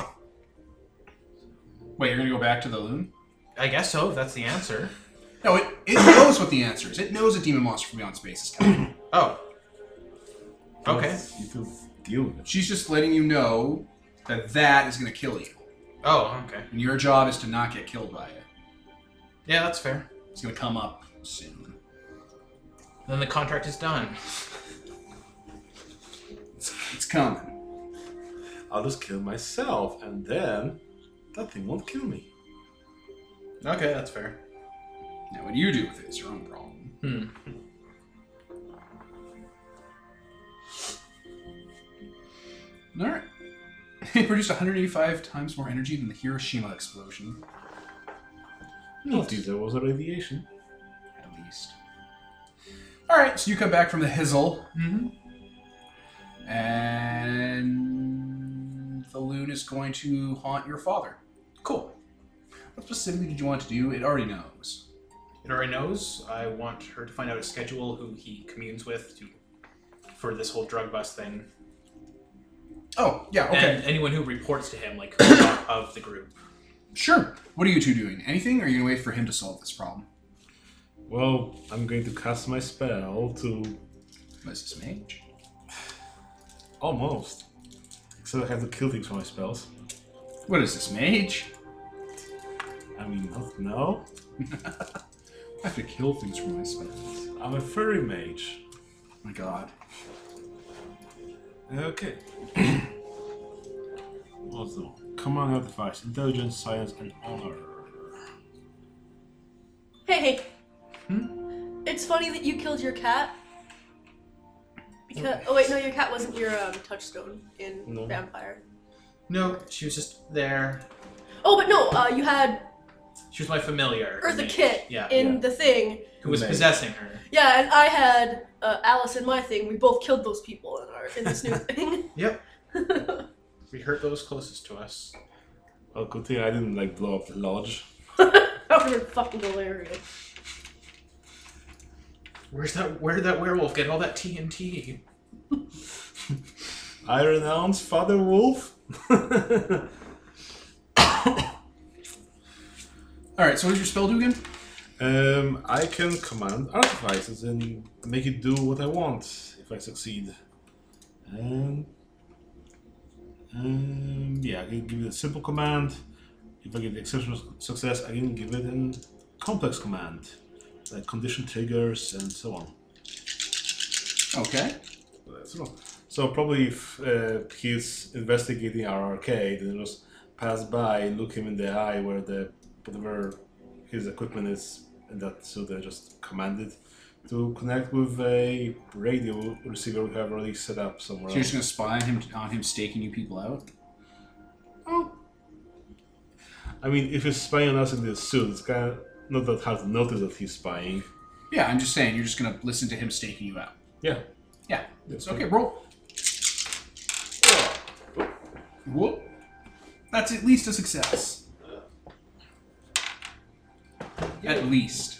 Wait, you're gonna go back to the loon?
I guess so. If that's the answer.
No, it, it knows what the answer is. It knows a demon monster from beyond space is coming.
Oh. Okay.
You could deal with it.
She's just letting you know that that is gonna kill you,
Oh. Okay.
and your job is to not get killed by it.
Yeah, that's fair.
It's gonna come up soon.
Then the contract is done.
It's, it's coming.
I'll just kill myself, and then that thing won't kill me.
Okay, that's fair.
Now, what do you do with it is your own problem.
Hmm.
All right. It produced 185 times more energy than the Hiroshima explosion,
Not if there was a radiation.
at least. All right, so you come back from the hizzle,
Mm-hmm.
and the loon is going to haunt your father. Cool. What specifically did you want to do? It already knows.
It already knows. I want her to find out his schedule, who he communes with, to for this whole drug bust thing,
Oh, yeah, okay.
and anyone who reports to him, like who's not of the group.
Sure. What are you two doing? Anything, or are you going to wait for him to solve this problem?
Well, I'm going to cast my spell to
Mrs. Mage?
almost. Except I have to kill things for my spells.
What is this, Mage?
I mean, not now.
I have to kill things for my spells.
I'm a furry mage.
My god.
Okay. also, command artifacts, intelligence, science, and honor.
Hey.
Hmm?
It's funny that you killed your cat. Because oh wait, no, your cat wasn't your um, touchstone in
No.
Vampire.
No, she was just there.
Oh, but no, uh, you had
She was my familiar.
Eartha
mate.
Kit
Yeah.
in
yeah.
the thing.
Who was
Mate.
possessing her?
Yeah, and I had uh, Alice in my thing. We both killed those people in our in this new thing.
Yep. we hurt those closest to us.
Well, good thing I didn't like blow up the lodge.
That would have been fucking hilarious.
Where's that? Where did that werewolf get all that TNT?
I renounce Father Wolf. uh,
Alright, so what does your spell do again?
Um, I can command artifices and make it do what I want if I succeed. And um, yeah, I can give it a simple command. If I get exceptional s- success, I can give it a complex command, like condition triggers and so on.
Okay.
That's all. So probably if uh, he's investigating our arcade and just pass by, look him in the eye where the whatever his equipment is, and that so they just commanded to connect with a radio receiver we have already set up somewhere.
So you're just
else.
gonna spy on him on him staking you people out?
I mean, if he's spying on us in this suit, it's kind of not that hard to notice that he's spying.
Yeah, I'm just saying you're just gonna listen to him staking you out.
Yeah.
Yeah.
That's
It's okay, roll. Whoop. That's at least a success. At least.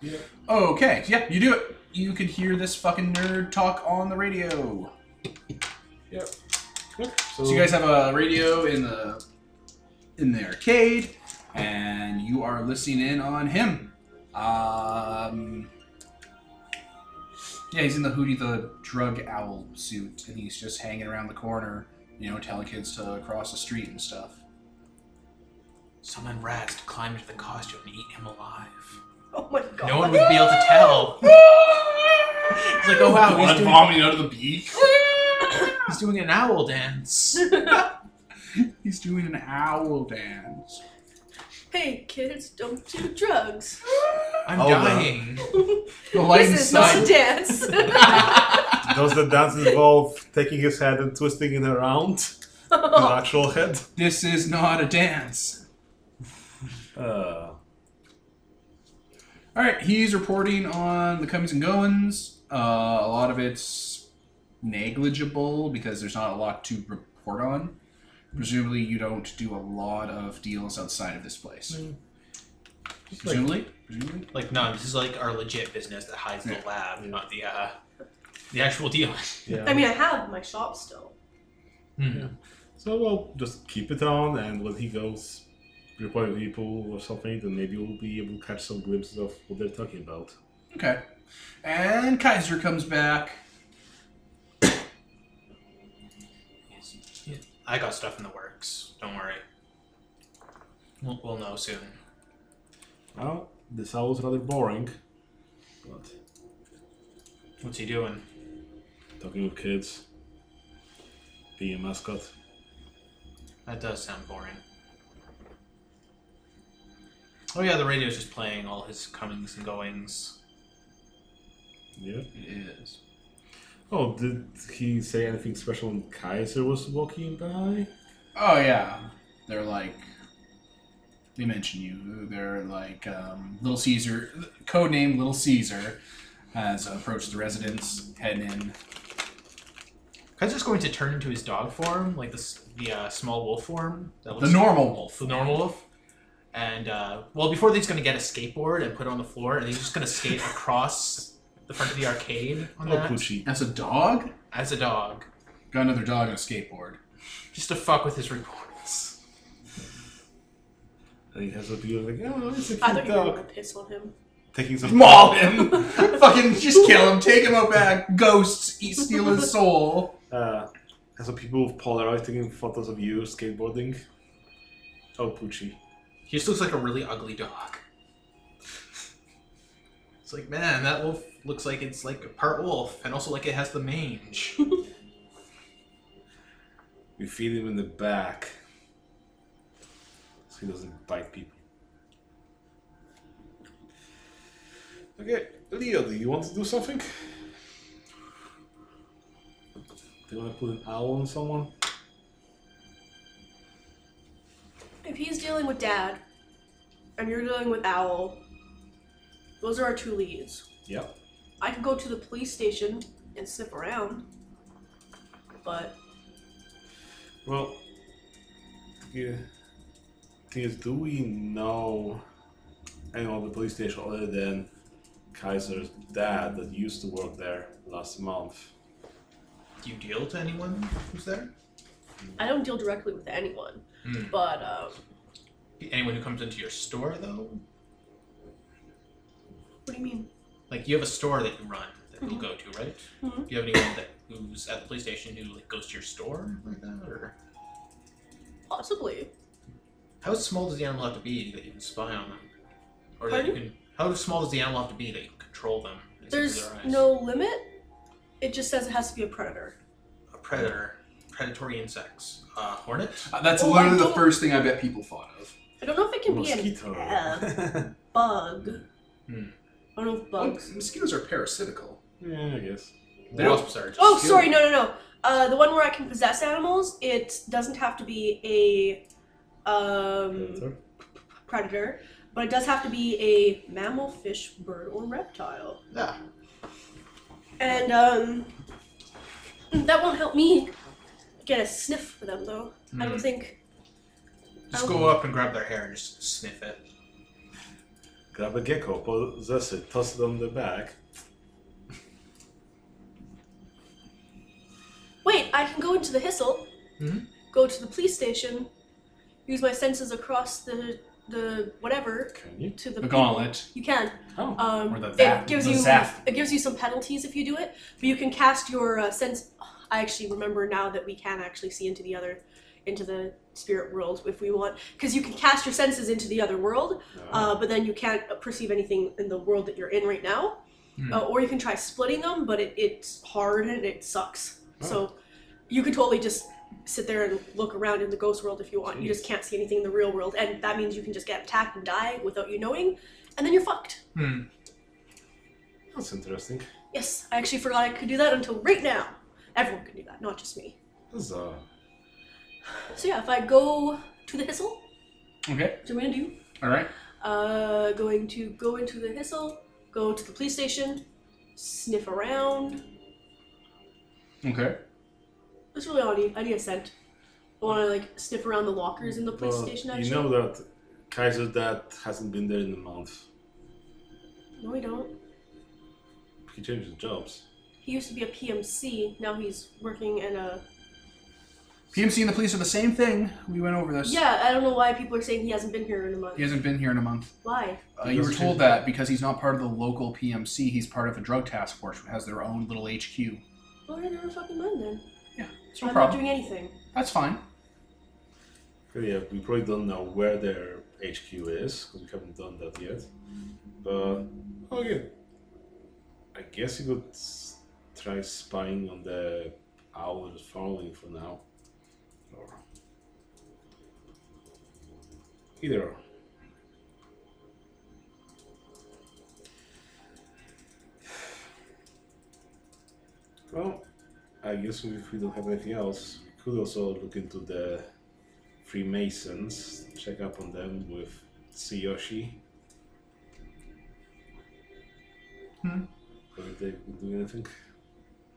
Yeah.
Okay, yeah, you do it. You could hear this fucking nerd talk on the radio.
So,
So you guys have a radio in the in the arcade, and you are listening in on him. Um, yeah, he's in the Hootie the Drug Owl suit, and he's just hanging around the corner, you know, telling kids to cross the street and stuff.
Someone rats to climb into the costume and eat him alive.
Oh my god.
No one would be able to tell. It's like, oh wow, he's doing,
vomiting out of the beak.
he's doing an owl dance.
He's doing an owl dance.
Hey kids, don't do drugs.
I'm
Oh,
Hold on.
dying.
The lights
This is not a
inside.
dance.
does the dance involve taking his head and twisting it around?
Uh-huh.
His actual head.
This is not a dance.
Uh,
All right, he's reporting on the comings and goings. Uh, a lot of it's negligible because there's not a lot to report on. Presumably, you don't do a lot of deals outside of this place. Presumably, presumably.
Like, no, this is like our legit business that hides the
Yeah.
lab,
Yeah.
not the uh, the actual deal.
yeah.
I mean, I have my shop still.
Hmm.
So we'll just keep it on, and when he goes report people or something, then maybe we'll be able to catch some glimpses of what they're talking about.
Okay. And Kaiser comes back.
I got stuff in the works. Don't worry. We'll, we'll know soon.
Well, this hour was rather boring, but
What's he doing?
Talking with kids. Being a mascot.
That does sound boring. Oh yeah, the radio's just playing all his comings and goings.
Yeah.
It is.
Oh, did he say anything special when Kaiser was walking by?
Oh yeah, they're like they mention you. They're like um, Little Caesar, codename Little Caesar, has approached the residence, heading in.
Kaiser's going to turn into his dog form, like the s- the uh, small wolf form. That
The normal wolf.
the normal wolf. And uh, well, before that, he's going to get a skateboard and put it on the floor, and he's just going to skate across the front of the arcade on
Oh,
that
Poochie.
As a dog,
as a dog,
got another dog on a skateboard.
just to fuck with his reports.
And he has a view like, oh, it's a
I thought
cute
you were gonna
dog.
piss on him.
Taking some
Maul him, fucking just kill him, take him out back. Ghosts eat, steal his soul.
Uh, and some people with Polaroid taking photos of you skateboarding. Oh, Poochie.
He just looks like a really ugly dog. It's like, man, that wolf looks like it's like a part wolf, and also like it has the mange.
We feed him in the back so he doesn't bite people. Okay, Leo, do you want to do something? Do you want to put an owl on someone?
If he's dealing with Dad, and you're dealing with Owl, those are our two leads.
Yep.
I could go to the police station and sniff around, but
Well, yeah. Thing is, do we know anyone at the police station other than Kaiser's dad that used to work there last month?
Do you deal to anyone who's there?
I don't deal directly with anyone.
Hmm.
But um,
Anyone who comes into your store, though?
what do you mean?
Like, you have a store that you run that
Mm-hmm.
people go to, right?
Mhm.
Do you have anyone that who's at the police station who like goes to your store like that, or
Possibly.
how small does the animal have to be that you can spy on them, or that you
Pardon?
can? How small does the animal have to be that you can control them? and see through
There's
their eyes?
no limit. It just says it has to be a predator.
a predator, predatory insects, uh, hornet.
Uh, That's
Oh, I
literally the
don't-
first thing I bet people thought of.
I don't know if it can
Mosquito.
be a bug.
Hmm.
I don't know if
Well,
bugs.
mosquitoes are parasitical.
yeah, I guess.
They're-
Wasps are just
Oh,
Just
sorry,
kill.
no, no, no. Uh, the one where I can possess animals, it doesn't have to be a um,
Predator.
predator, but it does have to be a mammal, fish, bird, or reptile.
yeah.
And um, that won't help me get a sniff for them, though. I don't think.
Hmm. Just
Oh.
go up and grab their hair and just sniff it.
Grab a gecko, possess it, toss it on the back.
Wait, I can go into the hissle,
Mhm.
go to the police station, use my senses across the the whatever
Can you?
to the.
The gauntlet.
You can.
Oh.
Um,
Or the
it
zap-
gives
the
you
zap.
it gives you some penalties if you do it, but you can cast your uh, sense. I actually remember now that we can actually see into the other, into the spirit world if we want, because you can cast your senses into the other world,
Ah,
uh, but then you can't perceive anything in the world that you're in right now.
Hmm.
Uh, or you can try splitting them, but it, it's hard and it sucks. So you could totally just sit there and look around in the ghost world if you want. You just can't see anything in the real world, and that means you can just get attacked and die without you knowing, and then you're fucked.
Hmm.
That's interesting.
Yes, I actually forgot I could do that until right now. Everyone can do that, not just me.
That's uh,
So yeah, if I go to the hissle,
Okay.
which I'm gonna do,
All right.
uh, going to go into the hissle, go to the police station, sniff around.
Okay.
That's really all I need. I need a scent. I want to like sniff around the lockers in the police
well,
station. Actually,
you know that Kaiser's dad hasn't been there in a month.
no, I don't.
He changed his jobs.
He used to be a PMC. Now he's working in a.
PMC and the police are the same thing. We went over this.
Yeah, I don't know why people are saying he hasn't been here in a month.
He hasn't been here in a month.
Why?
Uh, you were
Because
told
he's-
that because he's not part of the local PMC. He's part of a drug task force, which has their own little HQ.
Well, I never fucking mind then.
Yeah, it's no
I'm not
problem.
doing anything.
That's fine.
But yeah, we probably don't know where their HQ is because we haven't done that yet. But okay, I oh, guess you could s- try spying on the owl that's following for now. Or either or. Well, I guess if we don't have anything else, we could also look into the Freemasons, check up on them with Tsuyoshi.
Hmm.
Or if they do anything.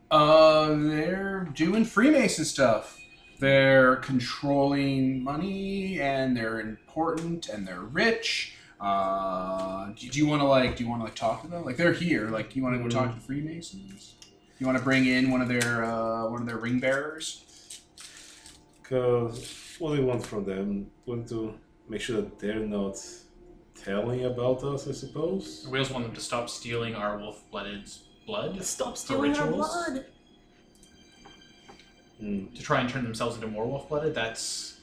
Uh, they're doing Freemason stuff. They're controlling money, and they're important, and they're rich. Uh, do, do you want to like? Do you want to like talk to them? Like they're here. Like you want to go talk to the Freemasons? You want to bring in one of their uh, one of their ring bearers?
Because what we want from them, we want to make sure that they're not telling about us, I suppose.
We also want them to stop stealing our wolf blooded's blood
Stop stealing our
rituals?
blood.
Hmm.
to try and turn themselves into more wolf blooded. That's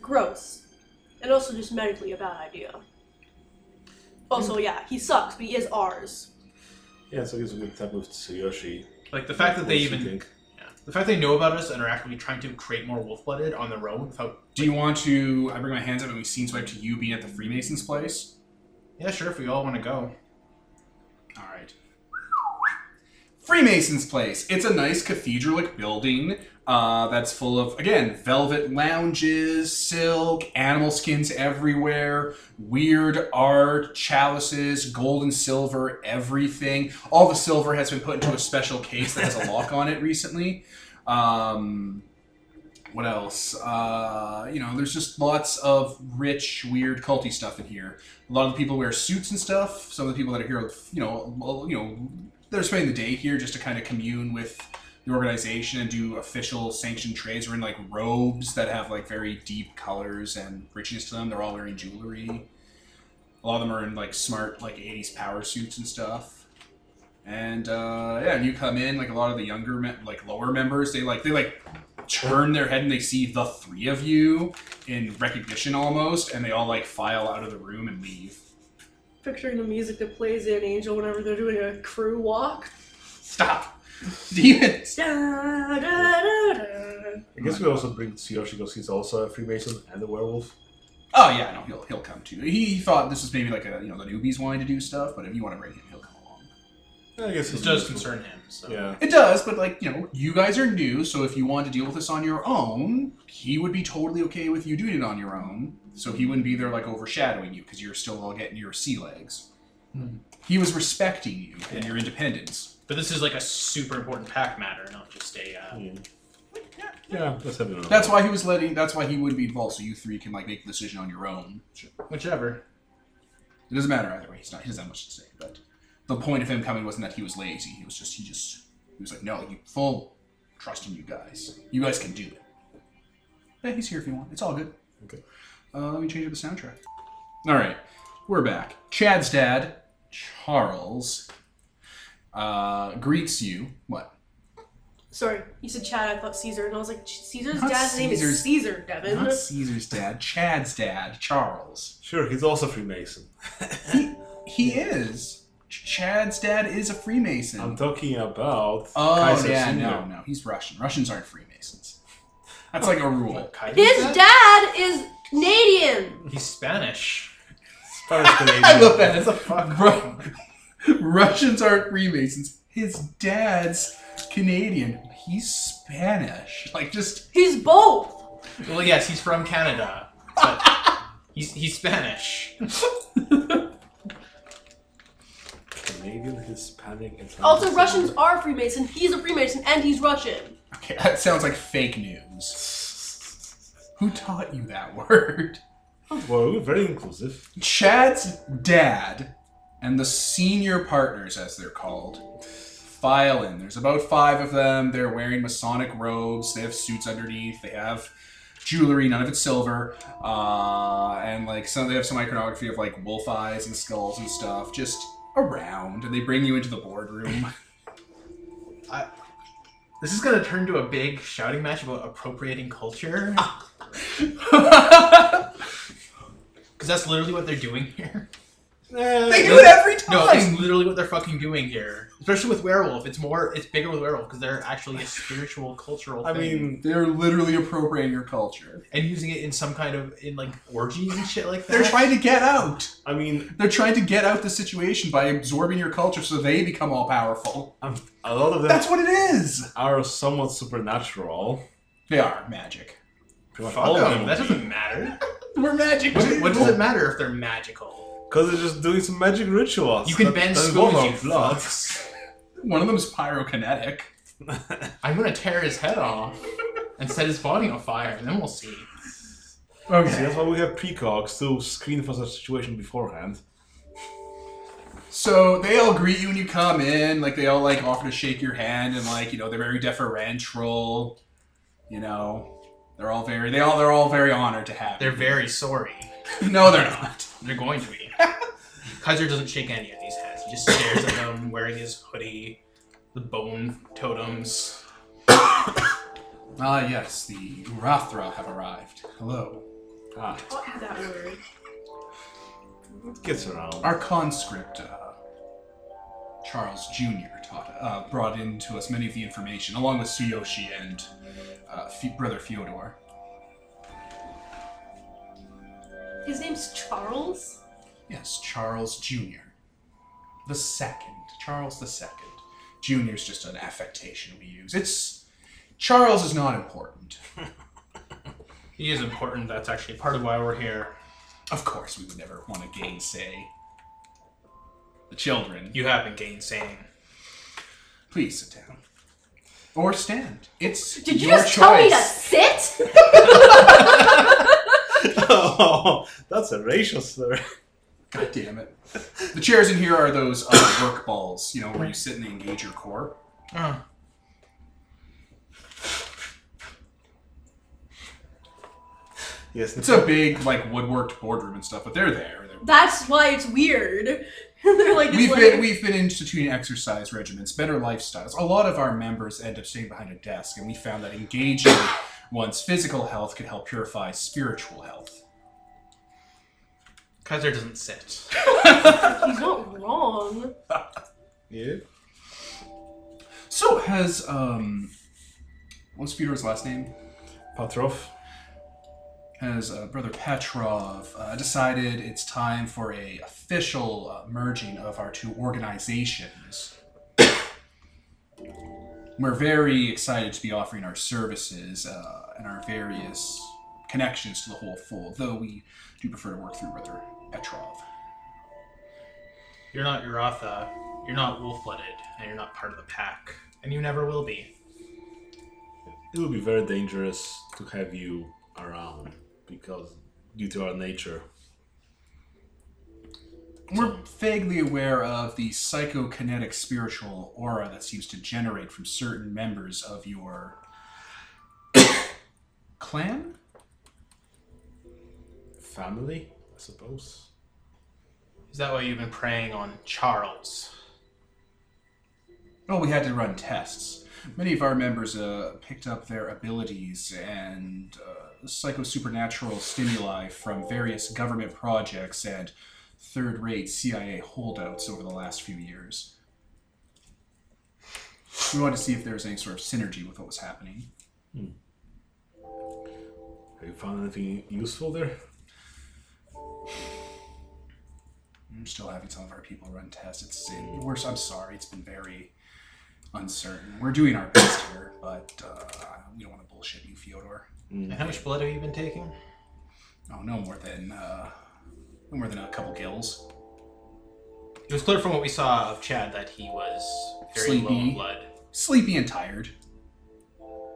Gross. And also just medically a bad idea. Also, yeah, he sucks, but he is ours.
Yeah, so I guess we could tap with Tsuyoshi.
like the fact that they
What does she
even
think?
yeah, the fact they know about us and are actively trying to create more wolf blooded on their own without.
Do you want to? I bring my hands up and we scene swipe to you being at the Freemasons' place.
Yeah, sure. If we all want to go,
All right. Freemason's Place. It's a nice cathedralic building uh, that's full of, again, velvet lounges, silk, animal skins everywhere, weird art, chalices, gold and silver, everything. All the silver has been put into a special case that has a lock on it recently. Um, what else? Uh, you know, there's just lots of rich, weird, culty stuff in here. A lot of the people wear suits and stuff. Some of the people that are here, you know, well, you know, they're spending the day here just to kind of commune with the organization and do official sanctioned trades. We're in like robes that have like very deep colors and richness to them. They're all wearing jewelry. A lot of them are in like smart like '80s power suits and stuff. And uh, yeah, and you come in like a lot of the younger me- like lower members. They like they like turn their head and they see the three of you in recognition almost, and they all like file out of the room and leave.
Picturing the music that plays in Angel whenever they're doing a crew walk.
Stop! Demons!
Da, da, da, da.
I guess we also bring Tsuyoshi because he's also a Freemason and a werewolf.
Oh yeah, no, he'll he'll come too. He, he thought this was maybe like a you know the newbies wanting to do stuff, but if you want to bring him, he'll come along.
I guess
this
it's
does concern him. So
Yeah.
It does, but like you know, you guys are new, so if you want to deal with this on your own, he would be totally okay with you doing it on your own. So he wouldn't be there like overshadowing you because you're still all getting your sea legs.
Hmm.
He was respecting you and your independence.
But this is like a super important pack matter, not just a. Uh,
Yeah. Yeah, let's have it. on.
That's why he was letting. That's why he wouldn't be involved, so you three can like make the decision on your own.
Whichever.
It doesn't matter either way. He's not. He doesn't have much to say. But the point of him coming wasn't that he was lazy. He was just. He just. He was like, no, you full trust in you guys. You guys can do it. Yeah, he's here if you want. It's all good.
Okay.
Uh, let me change up the soundtrack. All right, we're back. Chad's dad, Charles, uh, greets you. What?
Sorry, you said Chad. I thought Caesar, and I was like, Caesar's
Not
dad's name is
Caesar's-
Caesar, Devin.
Not Caesar's dad. Chad's dad, Charles.
Sure, he's also Freemason.
He is. Ch- Chad's dad is a Freemason.
I'm talking about
Oh
Kaiser
yeah,
Senior.
no, no, he's Russian. Russians aren't Freemasons. That's like a rule.
Kaiser's
His
dad?
dad is Canadian.
He's Spanish.
Spanish Canadian.
I love that. It's a
fuck.
Ru- Russians aren't Freemasons. His dad's Canadian. He's Spanish. Like just
He's both.
Well, yes, he's from Canada, but he's he's Spanish.
Canadian, Hispanic, and
Also, Russians are Freemason. He's a Freemason, and he's Russian.
okay. That sounds like fake news. Who taught you that word?
Well, we're very inclusive.
Chad's dad and the senior partners, as they're called, file in. There's about five of them. They're wearing Masonic robes. They have suits underneath. They have jewelry, none of it's silver. Uh, and like some, they have some iconography of like wolf eyes and skulls and stuff just around. And they bring you into the boardroom.
This is gonna turn to a big shouting match about appropriating culture,
yeah,
because that's literally what they're doing here.
Yeah, Eh,
They do it every
No, it's
time.
literally what they're fucking doing here. Especially with werewolf, it's more, it's bigger with werewolf because they're actually a spiritual, cultural.
I
thing.
mean,
They're literally appropriating your culture.
and using it in some kind of in like orgies and shit like that.
They're trying to get out.
I mean,
They're trying to get out the situation by absorbing your culture so they become all powerful.
um, a lot of them
That's what it is.
are somewhat supernatural.
They are magic.
Pretty much
Fuck
all of
them,
them.
that doesn't matter.
We're magic.
What,
people.
what does it matter if they're magical?
Because they're just doing some magic rituals.
You can
that-
bend
that
spoons,
involve
you
blood.
fucks.
One of them's pyrokinetic.
I'm gonna tear his head off and set his body on fire, and then we'll see.
See, that's why we have peacocks to screen for such situation beforehand.
So they all greet you when you come in, like they all like offer to shake your hand and like, you know, they're very deferential. You know. They're all very they all they're all very honored to have.
They're
you.
very sorry.
No, they're not.
They're going to be. Kaiser doesn't shake any of these heads. He just stares at them, wearing his hoodie, the bone totems.
Ah yes, the Rathra have arrived. Hello.
Ah,
Taught you that word.
it gets around.
Our conscript, uh, Charles Jr., taught, uh, brought in to us many of the information, along with Tsuyoshi and uh, F- Brother Fyodor.
His name's Charles.
Yes, Charles Jr. The second. Charles the second. Jr. is just an affectation we use. It's. Charles is not important.
He is important. That's actually part of why we're here.
Of course, we would never want to gainsay the children.
You have been gainsaying.
Please sit down. Or stand. It's
Did you
your
just tell me to
choice.
sit?
oh, that's a racial slur.
God damn it. The chairs in here are those uh, work balls, you know, where you sit and they engage your core.
Oh.
Yes,
It's a big, like, woodworked boardroom and stuff, but they're there. They're...
That's why it's weird. They're like, it's
We've
like
been we've been instituting exercise regimens, better lifestyles. A lot of our members end up sitting behind a desk, and we found that engaging one's physical health can help purify spiritual health.
Kaiser doesn't sit.
he's not wrong.
Yeah.
So has um, what's Peter's last name?
Patrov.
Has uh, Brother Petrov uh, decided it's time for a official uh, merging of our two organizations? We're very excited to be offering our services uh, and our various connections to the whole fold, though we do prefer to work through Brother Petrov.
You're not Urotha. You're not wolf blooded, and you're not part of the pack, and you never will be.
It would be very dangerous to have you around because due to our nature.
We're vaguely aware of the psychokinetic spiritual aura that seems to generate from certain members of your clan?
Family, I suppose.
Is that why you've been preying on Charles?
Well, we had to run tests. Many of our members uh, picked up their abilities and uh, psycho supernatural stimuli from various government projects and third rate CIA holdouts over the last few years. We wanted to see if there was any sort of synergy with what was happening.
Have you found anything useful there?
I'm still having some of our people run tests. It's it, we're, I'm sorry, it's been very uncertain. We're doing our best here, but uh, we don't want to bullshit you, Fyodor.
And
Mm.
how much blood have you been taking?
Oh, no more than uh, no more than a couple gills.
It was clear from what we saw of Chad that he was very low
Sleepy.
in blood.
Sleepy and tired.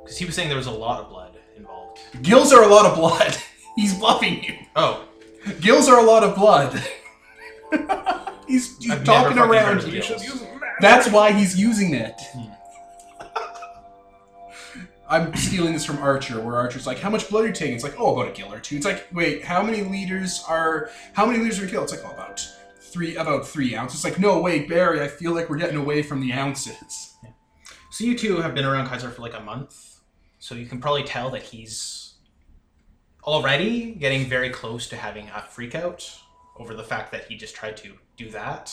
Because he was saying there was a lot of blood involved.
Gills are a lot of blood. He's bluffing you.
Oh,
Gills are a lot of blood. he's he's
I've never
talking
fucking heard
around
of
you.
gills. Hmm.
That's why he's using it. I'm stealing this from Archer, where Archer's like, "How much blood are you taking?" It's like, "Oh, about a gill or two. It's like, "Wait, how many liters are how many liters are a gill?" It's like, "Oh, about three, about three ounces." It's like, "No, wait, Barry, I feel like we're getting away from the ounces."
so you two have been around Kaiser for like a month, so you can probably tell that he's already getting very close to having a freakout. over the fact that he just tried to do that.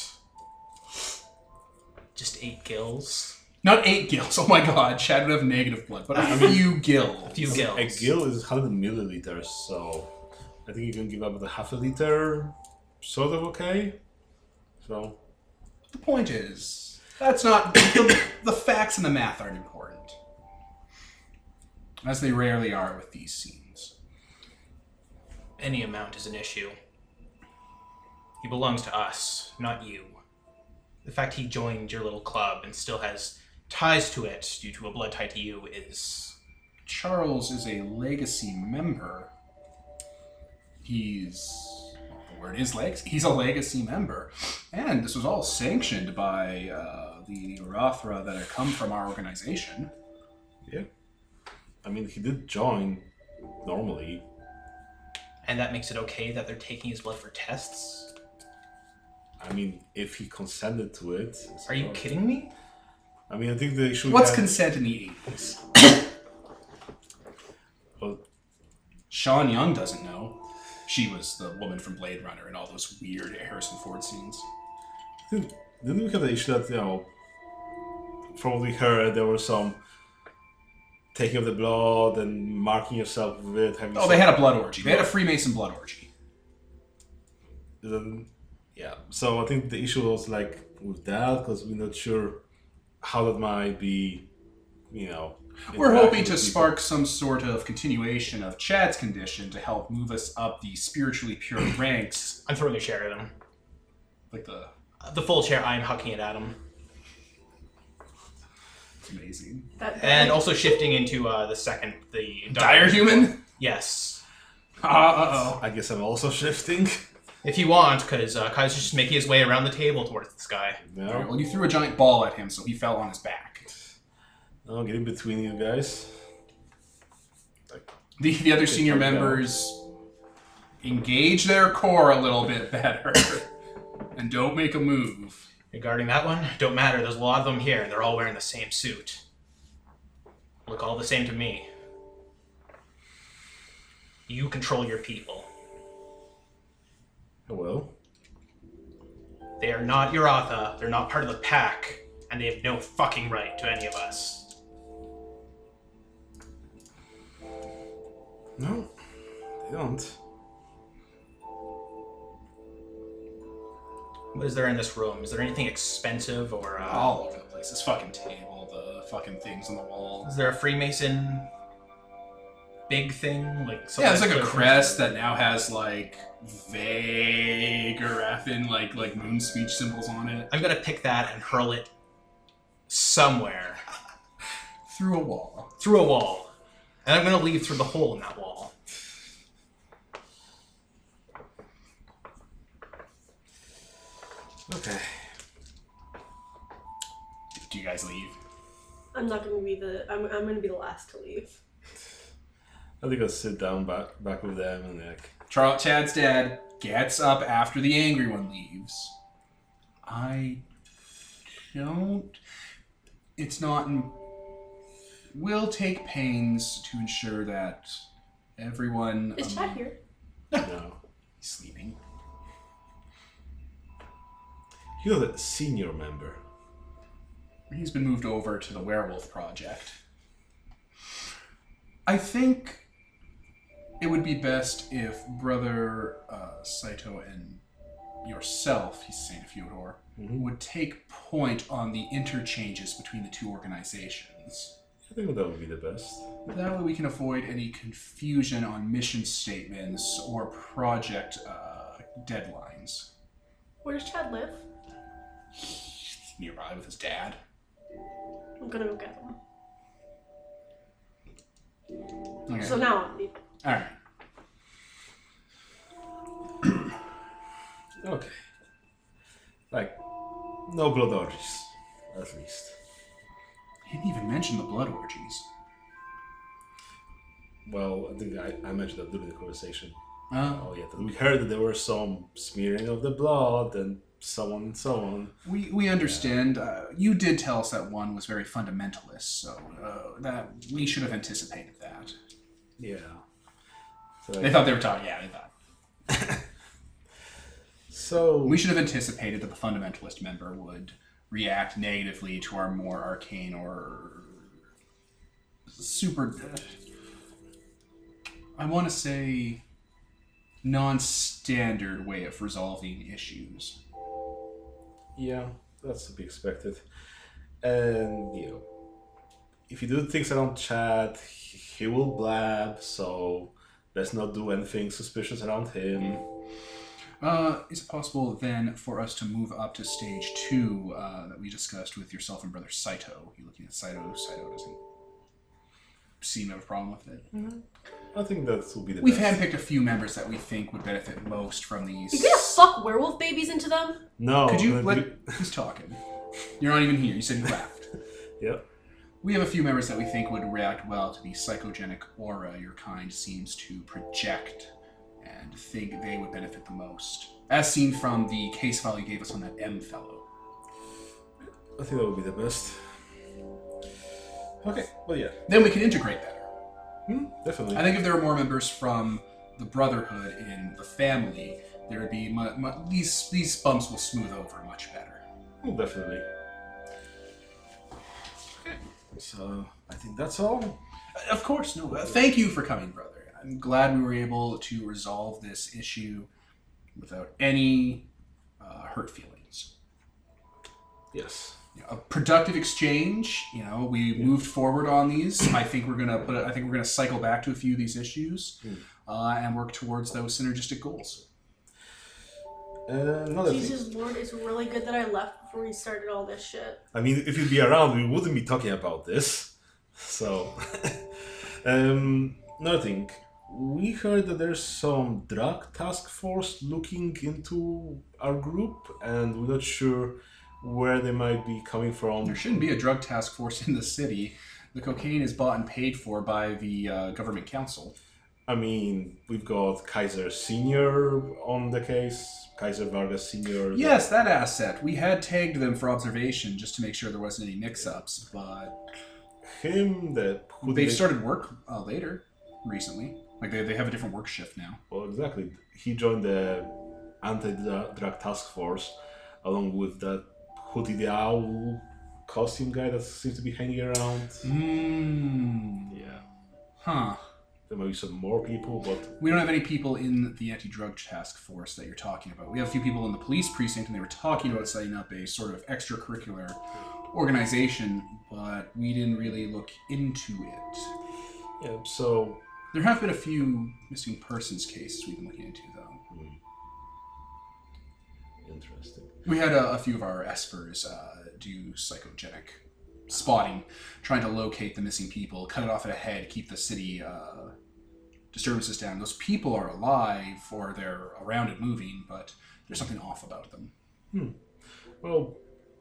Just eight gills.
Not eight gills. Oh my god, Chad would have negative blood, but a few gills.
A few gills.
A gill is 100 milliliters, so I think you can give up the half a liter, sort of okay. So,
The point is, that's not the, the facts and the math aren't important, as they rarely are with these scenes.
Any amount is an issue. He belongs to us, not you. The fact he joined your little club and still has ties to it due to a blood tie to you is
Charles is a legacy member. He's well, the word is legacy. He's a legacy member, and this was all sanctioned by uh, the Rothra that had come from our organization.
I mean, he did join normally.
and that makes it okay that they're taking his blood for tests?
I mean, if he consented to it.
Are you
so-
kidding me?
I mean, I think they should.
What's
have-
consent in the eighties?
well,
Sean Young doesn't know. She was the woman from Blade Runner and all those weird Harrison Ford scenes.
Didn't, didn't we have the issue that, you know, probably her, there were some taking of the blood and marking yourself with it? Having
Oh, they had a blood orgy. They had a Freemason blood orgy.
Then- yeah, so I think the issue was like with that because we're not sure how that might be, you know.
We're
interacting
hoping
with
to
people.
spark some sort of continuation of Chad's condition to help move us up the spiritually pure ranks,
I'm throwing a chair at him.
like the
The full chair, I'm hucking it at him.
it's amazing
That,
And also shifting into uh, the second, the
dire human.
Yes.
Uh oh.
I guess I'm also shifting.
If you want, because uh, Kai's just making his way around the table towards this guy.
No,
Well, you threw a giant ball at him, so he fell on his back.
no, get in between you guys.
The, the other senior
Good to go.
members engage their core a little bit better and don't make a move.
Regarding that one, don't matter. There's a lot of them here, and they're all wearing the same suit. Look all the same to me. You control your people.
Hello.
They are not your Atha, they're not part of the pack, and they have no fucking right to any of us.
No, they don't.
What is there in this room? Is there anything expensive or. Uh,
all over the place. This fucking table, the fucking things on the wall.
Is there a Freemason big thing? Like something
yeah, there's like a
that's-
crest that now has like vague Arafin like like moon speech symbols on it
I'm gonna pick that and hurl it somewhere
through a wall.
through a wall, and I'm gonna leave through the hole in that wall.
Okay.
Do you guys leave?
I'm not gonna be the. I'm, I'm gonna be the last to leave.
I think I'll sit down back back with them and like,
Charles Chad's dad gets up after the angry one leaves. I don't. It's not. In, we'll take pains to ensure that everyone
Is
um,
Chad here?
no.
sleeping.
You're the senior member.
He's been moved over to the Werewolf Project. I think it would be best if Brother uh, Saito and yourself, he's Saint Fyodor,
Mhm.
would take point on the interchanges between the two organizations.
I think that would be the best.
That way we can avoid any confusion on mission statements or project uh, deadlines.
Where does Chad live?
Nearby with his dad.
I'm gonna go get him.
Okay.
So now I'm leaving.
All right.
Okay. Like, no blood orgies, at least.
He didn't even mention the blood orgies.
Well, I think I, I mentioned that during the conversation.
Uh,
Oh yeah, that we heard that there were some smearing of the blood and so on and so on.
We, we understand. Uh, you did tell us that one was very fundamentalist, so uh, that we should have anticipated that.
Yeah. So,
They
like,
thought they were talking. Yeah, they thought.
So
We should have anticipated that the fundamentalist member would react negatively to our more arcane or super. I want to say non-standard way of resolving issues.
Yeah, that's to be expected. And you know, if you do things around Chad, he he will blab. So let's not do anything suspicious around him.
Uh, is it possible then for us to move up to stage two uh, that we discussed with yourself and brother Saito? You're looking at Saito. Saito doesn't seem to have a problem with it.
I think that will be the
We've
best.
handpicked a few members that we think would benefit most from these.
You gonna fuck werewolf babies into them?
no.
Could you
maybe-
let? He's talking. You're not even here. You said you left.
Yep.
We have a few members that we think would react well to the psychogenic aura your kind seems to project, and think they would benefit the most, as seen from the case file you gave us on that M fellow.
I think that would be the best. Okay. Well, yeah.
Then we can integrate better.
Hmm, definitely.
I think if there were more members from the Brotherhood in the family, there would be mu- mu- these these bumps will smooth over much better.
Oh, definitely. So I think that's all.
Of course, no. uh, thank you for coming, brother. I'm glad we were able to resolve this issue without any uh, hurt feelings.
Yes.
You know, a productive exchange. You know, we moved forward on these. I think we're gonna put. A, I think we're gonna cycle back to a few of these issues,
Hmm.
uh, and work towards those synergistic goals.
Uh, another thing.
Jesus Lord, it's really good that I left before we started all this shit.
I mean, if you'd be around, we wouldn't be talking about this. So, um, another thing. We heard that there's some drug task force looking into our group, and we're not sure where they might be coming
There
from.
shouldn't be a drug task force in the city. The cocaine is bought and paid for by the uh, government council.
I mean, we've got Kaiser Senior on the case, Kaiser Vargas Senior.
Yes, that asset. We had tagged them for observation just to make sure there wasn't any mix-ups, but
him. The who
They've
they-
started work uh, later, recently. Like they, they have a different work shift now.
Well, exactly. He joined the anti-drug task force along with that Hootie the Owl costume guy that seems to be hanging around.
Mmm.
Yeah,
Huh.
there might be some more people, but
We don't have any people in the anti-drug task force that you're talking about. We have a few people in the police precinct, and they were talking about setting up a sort of extracurricular organization, but we didn't really look into it.
yeah. So
There have been a few missing persons cases we've been looking into, though.
hmm. interesting.
We had a, a few of our espers uh, do psychogenic spotting, trying to locate the missing people, cut it off at a head, keep the city uh, disturbances down. Those people are alive or they're around and moving, but there's something off about them.
Well,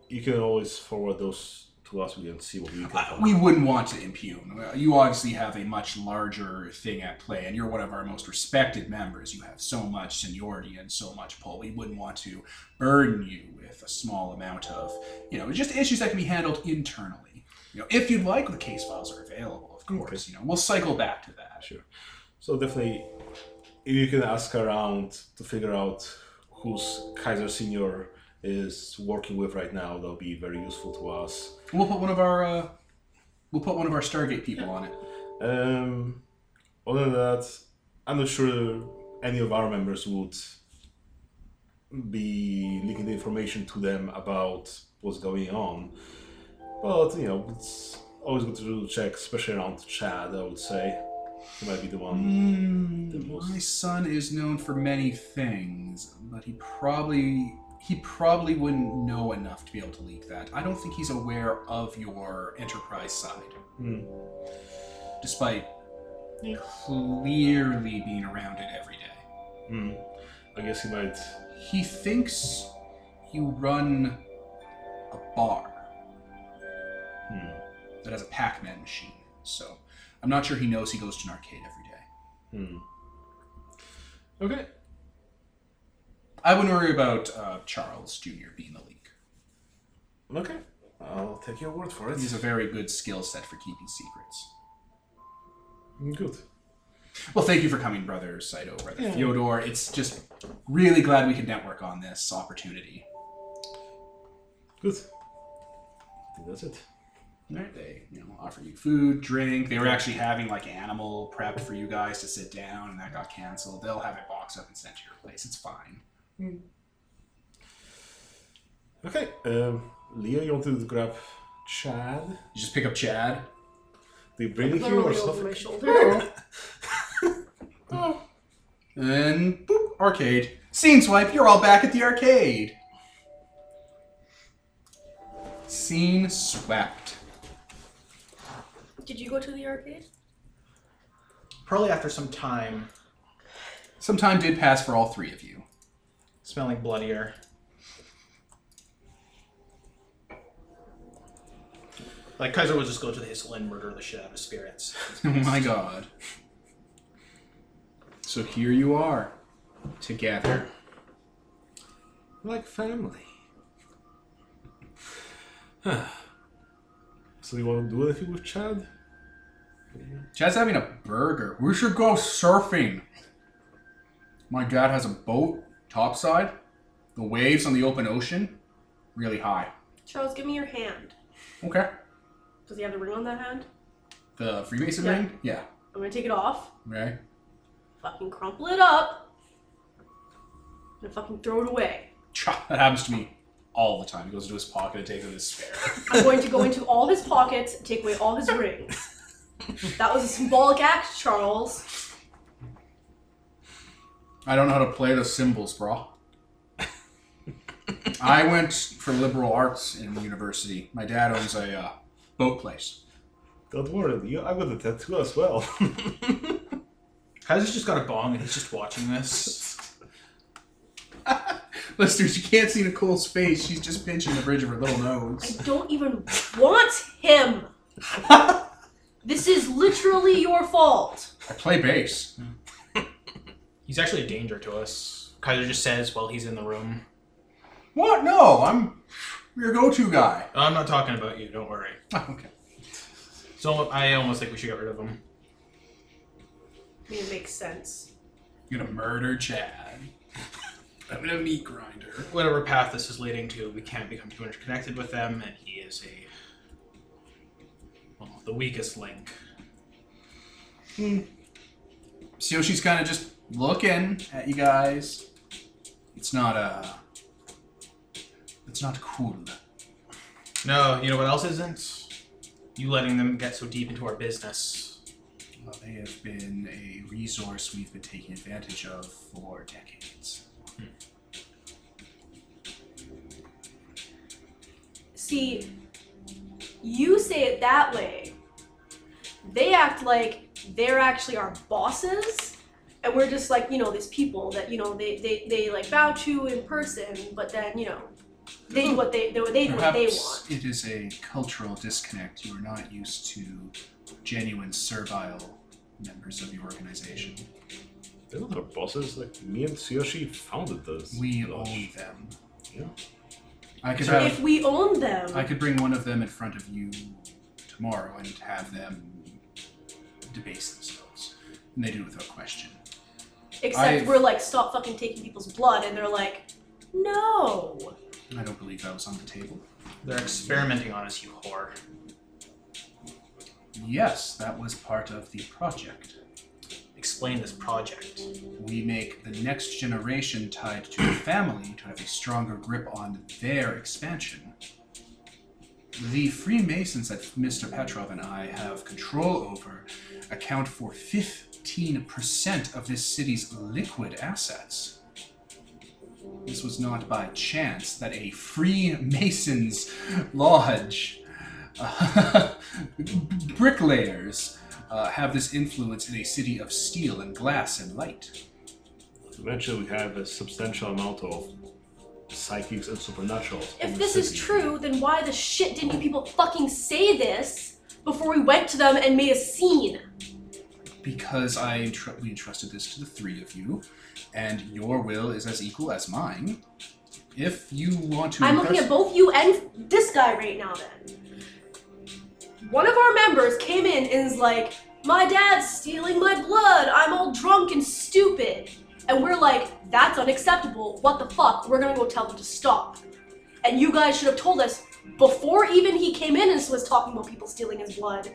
you can always forward those to us. We can see what we can.
Uh,
find.
We wouldn't want to impugn. You obviously have a much larger thing at play, and you're one of our most respected members. You have so much seniority and so much pull. We wouldn't want to burden you with a small amount of, you know, just issues that can be handled internally. You know, if you'd like, the case files are available, of course. You know, we'll cycle back to that.
Sure. So definitely, if you can ask around to figure out who's Kaiser Senior is working with right now, that'll be very useful to us.
We'll put one of our, uh, we'll put one of our Stargate people on it.
Um, other than that, I'm not sure any of our members would be leaking the information to them about what's going on. But you know, it's always good to do check, especially around Chad. I would say he might be the one. Um, The
Mm,
most-
my son is known for many things, but he probably he probably wouldn't know enough to be able to leak that. I don't think he's aware of your enterprise side,
Hmm.
despite clearly being around it every day.
Hmm. I guess he might.
He thinks you run a bar
Hmm.
that has a Pac-Man machine, so I'm not sure he knows he goes to an arcade every day.
Hmm. Okay.
I wouldn't worry about uh, Charles Jr. being the leak.
Okay. I'll take your word for it.
He's a very good skill set for keeping secrets.
Mm, Good.
Well, thank you for coming, brother Saito, brother
Yeah.
Fyodor. It's just really glad we could network on this opportunity.
Good. I think that's it.
Right. They, you know, offer you food, drink. They were actually having like animal prepped for you guys to sit down, and that got canceled. They'll have it boxed up and sent to your place. It's fine.
Okay. Um, Leo, you want to grab Chad?
You just pick up Chad.
Do you bring him here or
Literally over my
something?
shoulder.
And boop, arcade. Scene swipe, you're all back at the arcade. Scene swept.
Oh.
Did you go to the arcade?
Probably after some time,
Some time did pass for all three of you.
smelling bloodier. Like Kaiser would just go to the Hissel and murder the shit out of spirits.
Oh my god. So here you are, together.
Like family. so you want to do anything with Chad?
Chad's having a burger. We should go surfing. My dad has a boat topside. The waves on the open ocean, really high.
Charles, give me your hand.
Okay.
Does he have the ring on that hand?
The Freemason
Yeah.
ring? Yeah.
I'm gonna take it off,
Right?
fucking crumple it up, and fucking throw it away.
Cha, That happens to me all the time. He goes into his pocket and takes out his spare.
I'm going to go into all his pockets and take away all his rings. That was a symbolic act, Charles.
I don't know how to play the cymbals, bro. I went for liberal arts in university. My dad owns a uh, boat place.
Don't worry, Leo. I got a tattoo as well.
Kaiser's just got a bong and he's just watching this.
Listeners, you can't see Nicole's face. She's just pinching the bridge of her little
I
nose.
don't even want him. This is literally your fault.
I play bass.
He's actually a danger to us. Kaiser just says while he's in the room.
What? No, I'm your go-to guy.
I'm not talking about you, don't worry.
Okay.
So I almost think we should get rid of him.
I mean, it makes sense.
You're gonna murder Chad. I'm in a meat grinder.
Whatever path this is leading to, we can't become too interconnected with them, and he is a well, the weakest link.
So she's kind of just looking at you guys. It's not uh. It's not cool.
No, you know what else isn't? You letting them get so deep into our business.
Well, uh, they have been a resource we've been taking advantage of for decades.
See, you say it that way. They act like they're actually our bosses, and we're just like, you know, these people that, you know, they, they, they like bow to in person, but then, you know, they do what they, they, they do what they want.
Perhaps it is a cultural disconnect. You are not used to genuine servile members of your organization.
They're not our bosses. Like me and Tsuyoshi founded this.
We
lodge.
own them.
Yeah.
I could
So
have,
if we own them,
I could bring one of them in front of you tomorrow and have them debase themselves, and they do it without question.
except
I-
we're like, stop fucking taking people's blood, and they're like, no.
I don't believe that was on the table.
They're experimenting on us, you whore.
Yes, that was part of the project.
Explain this project.
we make the next generation tied to the family to have a stronger grip on their expansion. The Freemasons that Mr. Petrov and I have control over account for 15% of this city's liquid assets. This was not by chance that a Freemasons lodge, uh, bricklayers, uh, have this influence in a city of steel and glass and light.
Eventually, we have a substantial amount of psychics and supernaturals. in
If
the
this is
city.
true, then why the shit didn't you people fucking say this before we went to them and made a scene?
Because I entr- we entrusted this to the three of you, and your will is as equal as mine. If you want to,
I'm looking
impress-
at both you and this guy right now then. One of our members came in and is like, My dad's stealing my blood. I'm all drunk and stupid. And we're like, that's unacceptable. What the fuck? We're gonna go tell them to stop. And you guys should have told us before even he came in and was talking about people stealing his blood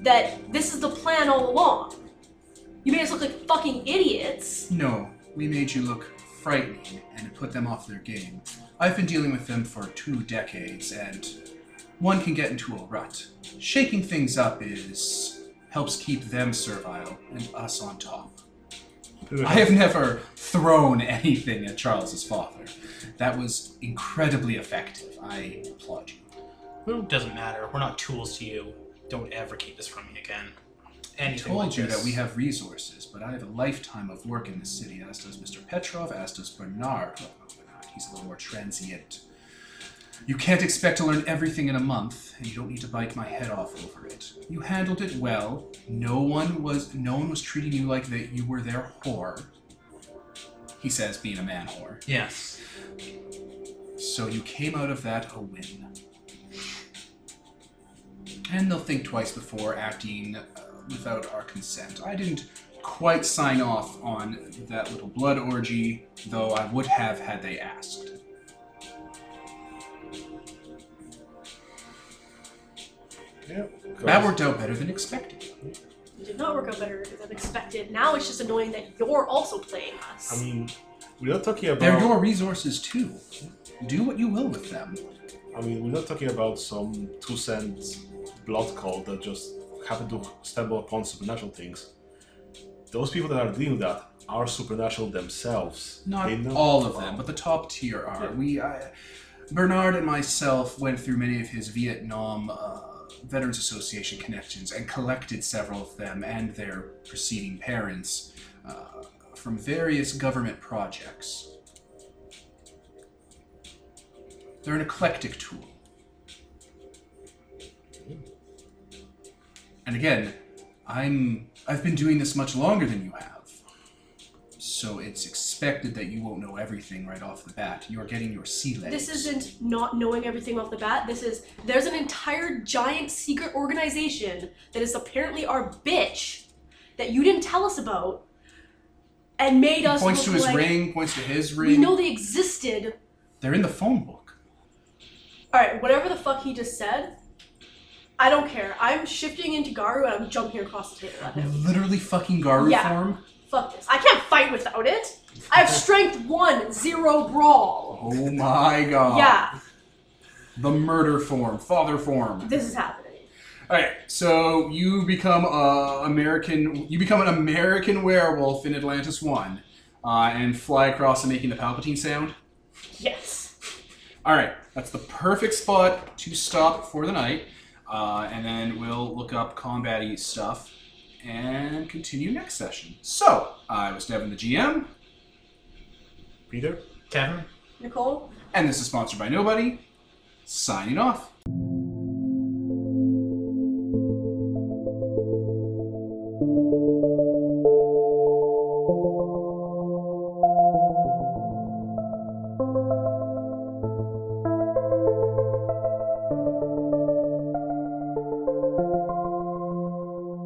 that this is the plan all along. You made us look like fucking idiots.
No, we made you look frightening and put them off their game. I've been dealing with them for two decades, and one can get into a rut. Shaking things up is helps keep them servile and us on top. I have never thrown anything at Charles's father. That was incredibly effective. I applaud you.
It doesn't matter. We're not tools to you. Don't ever keep this from me again.
I
Anything
told
like
you
this.
that we have resources, but I have a lifetime of work in this city, as does Mr. Petrov, as does Bernard. Well, not Bernard, He's a little more transient. You can't expect to learn everything in a month, and you don't need to bite my head off over it. You handled it well. No one was no one was treating you like that you were their whore. He says being a man whore.
Yes.
So you came out of that a win. And they'll think twice before acting uh, without our consent. I didn't quite sign off on that little blood orgy, though I would have had they asked.
Yeah.
That worked out better than expected.
It did not work out better than expected. Now it's just annoying that you're also playing us.
I mean, we're not talking about.
They're your resources too. Do what you will with them.
I mean, we're not talking about some two cent blood call that just happened to stumble upon supernatural things. Those people that are dealing with that are supernatural themselves.
Not
They know-
all of them, but the top tier are. We, I, Bernard and myself went through many of his Vietnam uh, Veterans Association connections and collected several of them and their preceding parents uh, from various government projects. They're an eclectic tool. And again, I'm I've been doing this much longer than you have. So it's expected that you won't know everything right off the bat. You're getting your sea legs.
this isn't not knowing everything off the bat. This is there's an entire giant secret organization that is apparently our bitch that you didn't tell us about and made us
points to
look
his
like
ring, points to his ring.
we know they existed.
They're in the phone book.
All right, whatever the fuck he just said, I don't care. I'm shifting into Garu and I'm jumping across the table at him.
Literally fucking Garu
Yeah.
form.
Fuck this. I can't fight without it. I have strength one, zero brawl.
Oh my god.
Yeah,
The murder form, father form.
this is happening.
All right, so you become a American. You become an American werewolf in Atlantis One, uh, and fly across and making the Palpatine sound.
Yes.
All right, that's the perfect spot to stop for the night, uh, and then we'll look up combat stuff and continue next session. So I was Devin, the GM,
Peter?
Kevin?
Nicole?
and this is sponsored by Nobody. Signing off.